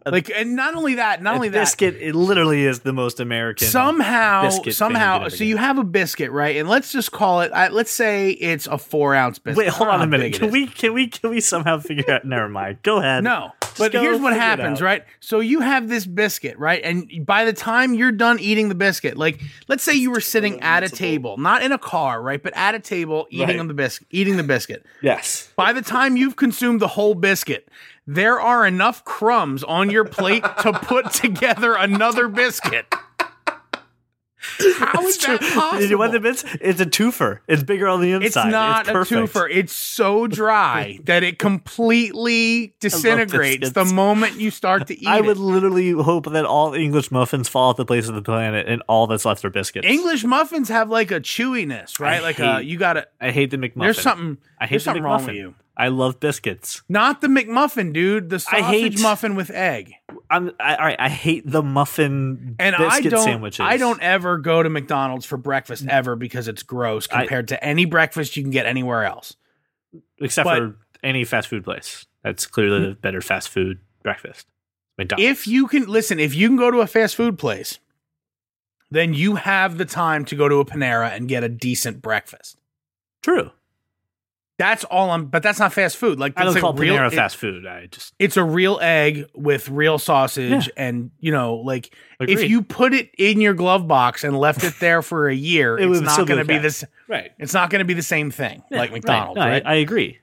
Like, and not only that, not
A
only that,
biscuit. It literally is the most American.
somehow,
biscuit thing you
somehow.
did
So
again.
you have a biscuit, right? And let's just call it. I, let's say it's a four ounce biscuit.
Wait, hold
I
on a
don't know how big
minute.
it
Can
is.
we can we can we somehow figure out? Never mind. Go ahead.
No. But
go
here's what
figure it
happens,
out.
right? So you have this biscuit, right? And by the time you're done eating the biscuit, like let's say you were sitting at a table, not in a car, right? But at a table eating
Right.
on the biscuit, eating the biscuit.
Yes.
By the time you've consumed the whole biscuit, there are enough crumbs on your plate to put together another biscuit. How is that possible?
Did you want the bits? It's a twofer. It's bigger on the inside.
It's not a
perfect.
twofer. It's so dry that it completely disintegrates the
biscuits.
moment you start to eat
I would
it.
literally hope that all English muffins fall at the place of the planet, and all that's left are biscuits.
English muffins have like a chewiness, right?
I
like a,
hate
you got to
I hate the McMuffin.
There's something.
I hate
there's
the
something
McMuffin.
wrong with you.
I love biscuits.
Not the McMuffin, dude. The
I
sausage
hate-
muffin with egg.
I'm I, all right. I hate the muffin
And I
biscuit
don't.
sandwiches. Mm.
I don't ever go to McDonald's for breakfast ever because it's gross
I-
compared to any breakfast you can get anywhere else.
except
but-
for any fast food place. That's clearly the better fast food breakfast. McDonald's.
If you can listen, if you can go to a fast food place, then you have the time to go to a Panera and get a decent breakfast.
True.
That's all I'm. But that's not fast food. Like
I don't
it's a
call
real,
Panera
it-
fast food. I just
it's a real egg with real sausage
Yeah.
and you know like
Agreed.
if you put it in your glove box and left it there for a year
It
it's
would still
not
be
going to be
okay.
this
right
it's not going to be the same thing like McDonald's right,
I, I agree.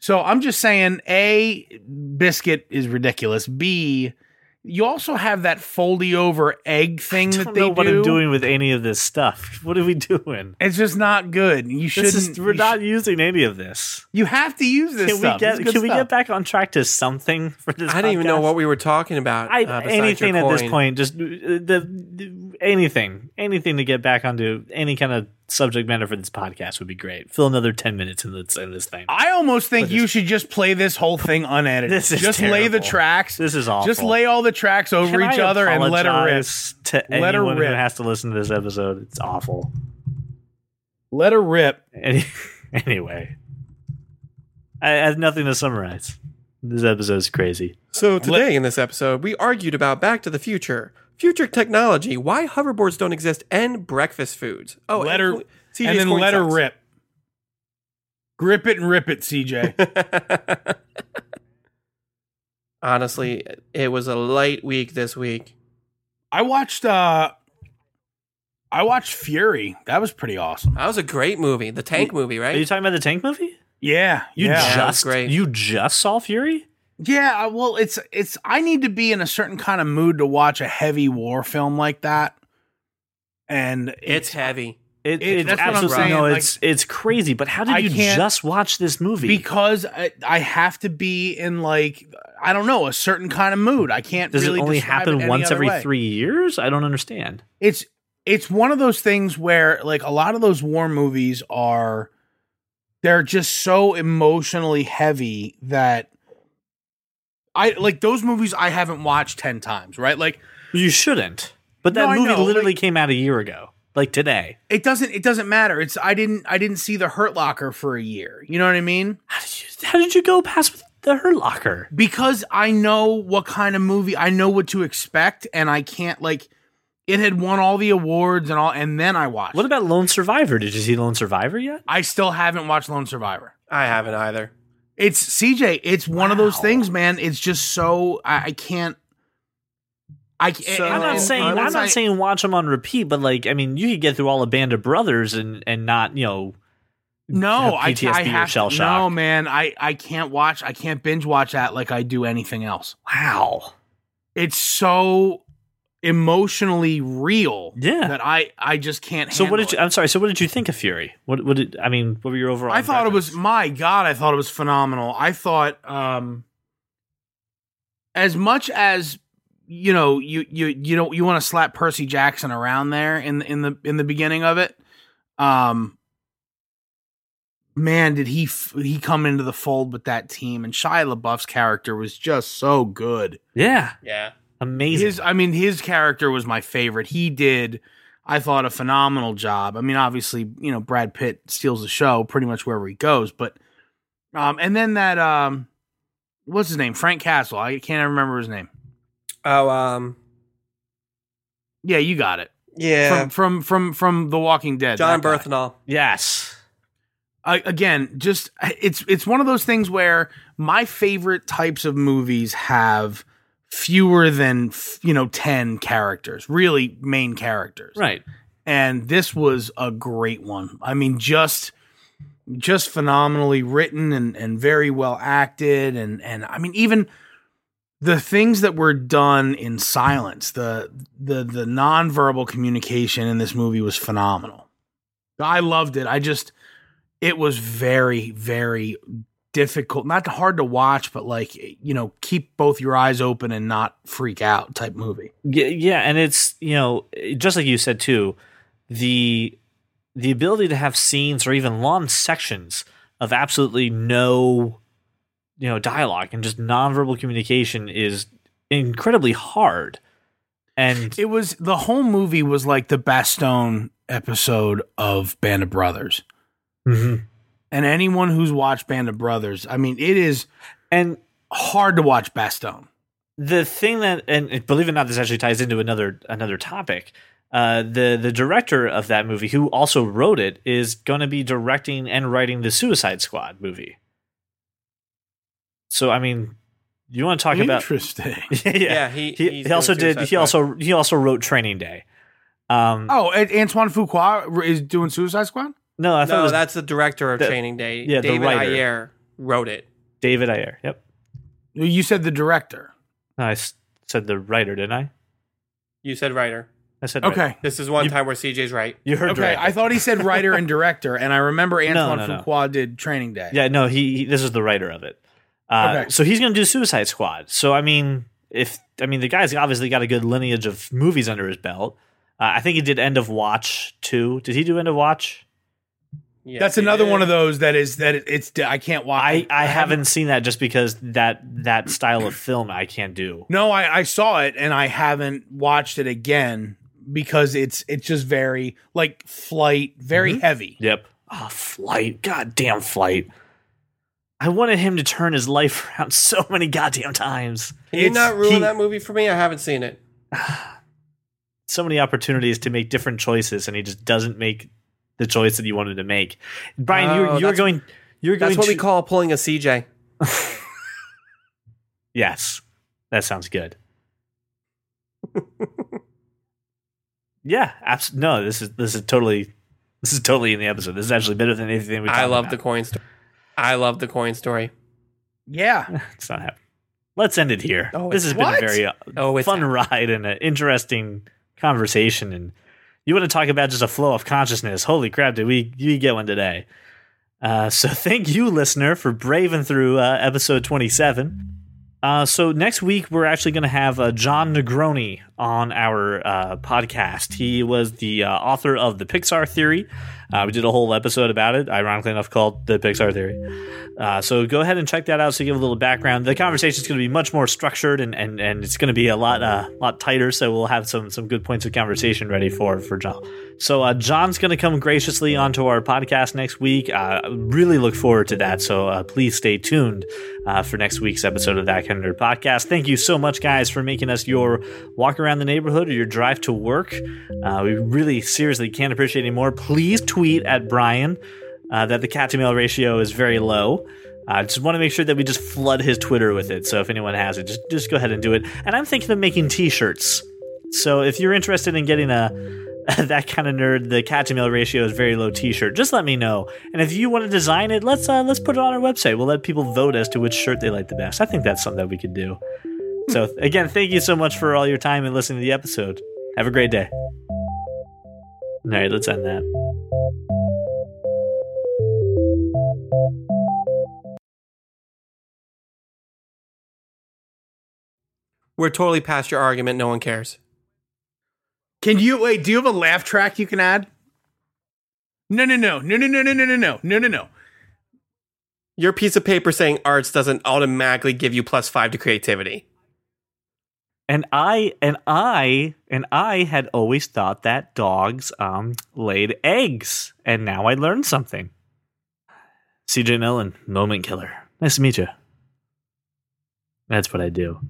so i'm just saying a biscuit is ridiculous b you also have that foldy over egg thing
I don't
that they
know
do
what I'm doing with any of this stuff. What are we doing?
it's just not good you shouldn't
This is, we're
you,
not
sh-
using any of this.
you have to use this
Can
stuff.
we get
This is
can
good
we
stuff.
get back on track to something for this?
I don't even know
podcast?
what we were talking about.
I,
uh, besides your
anything at this
coin.
point. Just uh, the, the anything, anything to get back onto any kind of subject matter for this podcast would be great. Fill another ten minutes in this in this thing.
I almost think you should just play this whole thing unedited.
This is
just lay the
terrible.
tracks.
This is awful.
Just lay all the tracks over
Can
each
I
other and let her rip.
apologize To
Let her
anyone who
rip.
has to listen to this episode, it's awful.
Let her rip.
Any, anyway, I have nothing to summarize. This episode is crazy.
So today in this episode, we argued about Back to the Future, future technology, why hoverboards don't exist, and breakfast foods. Oh,
Let
and
her-
CJ's
and then
corn
let her
sauce.
rip. Grip it and rip it, CJ.
Honestly, it was a light week this week.
I watched uh I watched Fury. That was pretty awesome.
That was a great movie, the tank movie,
Are you
right?
talking about the tank movie?
Yeah.
You
yeah.
ju-
just
great.
you just saw Fury?
yeah, I- well it's it's I need to be in a certain kind of mood to watch a heavy war film like that. And
It's heavy.
It,
It-
it's
that's what I'm
absolutely
saying,
no.
like-
It's it's crazy. But how did
I
you
can't-
just watch this movie?
because I, I have to be in like I don't know a certain kind of mood. I can't.
Does
really
it only
describe
happen
any
once
other
every
way.
three years? I don't understand.
It's it's one of those things where like a lot of those war movies are they're just so emotionally heavy that I like those movies I haven't watched ten times. Right, like
You shouldn't. But that
No, I
movie
know,
literally
like-
came out a year ago, like today.
it doesn't it doesn't matter. It's I didn't I didn't see the Hurt Locker for a year. You know what I mean?
How did you How did you go past the Hurt Locker?
because I know what kind of movie I know what to expect, and I can't like it had won all the awards and all, and then I watched.
What
it.
about Lone Survivor? Did you see Lone Survivor yet?
I still haven't watched Lone Survivor.
I haven't either.
It's CJ. It's one of those
Wow.
things, man. It's just so I, I can't. I
So-
I'm not
And-
saying
and
I'm
once
not
I-
saying watch them on repeat, but like I mean, you could get through all a band of brothers and and not you know
no. I,
PTSD
I
or
have
shell shock.
no, man. I I can't watch. I can't binge watch that like I do anything else.
wow
It's so emotionally real.
yeah.
That I I just can't.
So what
handle
did you?
it.
I'm sorry. So what did you think of Fury? What what did I mean? What were your overall?
I thought it was
impressions?
my god. I thought it was phenomenal. I thought, um, as much as you know, you you you don't you want to slap Percy Jackson around there in the in the in the beginning of it. Um, man, did he f- he come into the fold with that team? And Shia LaBeouf's character was just so good.
yeah
Yeah.
amazing.
His, I mean, his character was my favorite. He did. I thought a phenomenal job. I mean, obviously, you know, Brad Pitt steals the show pretty much wherever he goes, but um and then that um what's his name? Frank Castle. I can't remember his name.
Oh, um,
Yeah, you got it.
yeah.
From from from from The Walking Dead.
John
that guy.
Berthenol.
yes.
I, again, just it's it's one of those things where my favorite types of movies have fewer than f- you know 10 characters, really main characters.
Right.
and this was a great one. I mean, just just phenomenally written and and very well acted, and and I mean even the things that were done in silence, the the the nonverbal communication in this movie was phenomenal. I loved it. I just it was very very difficult, not hard to watch, but like you know, keep both your eyes open and not freak out type movie.
Yeah, yeah, and it's you know just like you said too, the the ability to have scenes or even long sections of absolutely no you know dialogue and just nonverbal communication is incredibly hard. And
It was the whole movie was like the Bastone episode of Band of Brothers.
Mm-hmm.
And anyone who's watched Band of Brothers, I mean, it is
and
hard to watch Bastone.
the thing that and believe it or not this actually ties into another another topic uh, the the director of that movie who also wrote it is going to be directing and writing the suicide squad movie so i mean you want to talk about
Interesting.
yeah,
Yeah, he- he's
he, he
doing
also did
Suicide
he
Squad.
also he also wrote training day um
Oh, and Antoine Fuqua is doing Suicide Squad?
no i thought it
No,
was
that's the director of
the-
Training Day.
yeah, the
David
writer.
Ayer wrote it.
david ayer yep
You said the director.
no, i s- said the writer didn't i
You said writer.
i said
Okay.
writer.
This is one
You-
time where CJ's right.
you heard
Okay.
director.
I thought he said writer and director, and I remember Antoine
no, no.
Fuqua did Training Day.
Yeah, no, he, he this is the writer of it. Uh,
Okay.
So he's going to do Suicide Squad. So I mean, if I mean the guy's obviously got a good lineage of movies under his belt. Uh, I think he did End of Watch too. Did he do End of Watch?
Yeah,
That's another one of those that is that it's I can't watch.
I, I haven't seen that just because that that style of film I can't do.
No, I, I saw it and I haven't watched it again because it's it's just very like flight, very heavy.
Yep. Ah, flight. Goddamn flight. I wanted him to turn his life around so many goddamn times.
Can you
It's-
not ruin
he-
that movie for me? I haven't seen it.
So many opportunities to make different choices, and he just doesn't make the choice that he wanted to make. Brian,
Oh,
you're, you're
that's-
going. You're going.
That's what
to,
we call pulling a CJ.
Yes, that sounds good. yeah, abs- no, this is this is totally this is totally in the episode. This is actually better than anything we.
I love the coin story. I love the coin story.
Yeah.
the. It's not happening. Let's end it here.
Oh,
this
it's-
has
what?
been a very uh,
Oh, it's
fun ride and an interesting conversation. And you want to talk about just a flow of consciousness? Holy crap! Did we we get one today? Uh, so thank you, listener, for braving through uh, episode twenty-seven. Uh, so next week we're actually going to have uh, John Negroni on our uh, podcast. He was the uh, author of the Pixar Theory. Uh, we did a whole episode about it, ironically enough, called the Pixar Theory. Uh, so go ahead and check that out. So you give a little background. The conversation is going to be much more structured and, and, and it's going to be a lot uh, lot tighter. So we'll have some some good points of conversation ready for for John. So uh, John's going to come graciously onto our podcast next week. Uh, really look forward to that. So uh, please stay tuned uh, for next week's episode of That Kind of Nerd Podcast. Thank you so much, guys, for making us your walk around the neighborhood or your drive to work. Uh, we really seriously can't appreciate any more. Please tweet at Brian uh, that the cat to male ratio is very low. I just want to make sure that we just flood his Twitter with it. So if anyone has it, just just go ahead and do it. And I'm thinking of making T-shirts. So if you're interested in getting a that kind of nerd, the cat to male ratio is very low T-shirt. Just let me know. And if you want to design it, let's uh, let's put it on our website. We'll let people vote as to which shirt they like the best. I think that's something that we could do. So again, thank you so much for all your time and listening to the episode. Have a great day. All right, let's end that.
We're totally past your argument. No one cares.
Can you wait, do you have a laugh track you can add? No, no, no. No, no, no, no, no, no, no. No, no, no.
Your piece of paper saying arts doesn't automatically give you plus five to creativity.
And I and I and I had always thought that dogs um, laid eggs, and now I learned something. CJ Mellon, moment killer. Nice to meet you. That's what I do.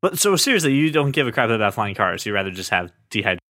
But so seriously, you don't give a crap about flying cars. You rather just have dehydrated.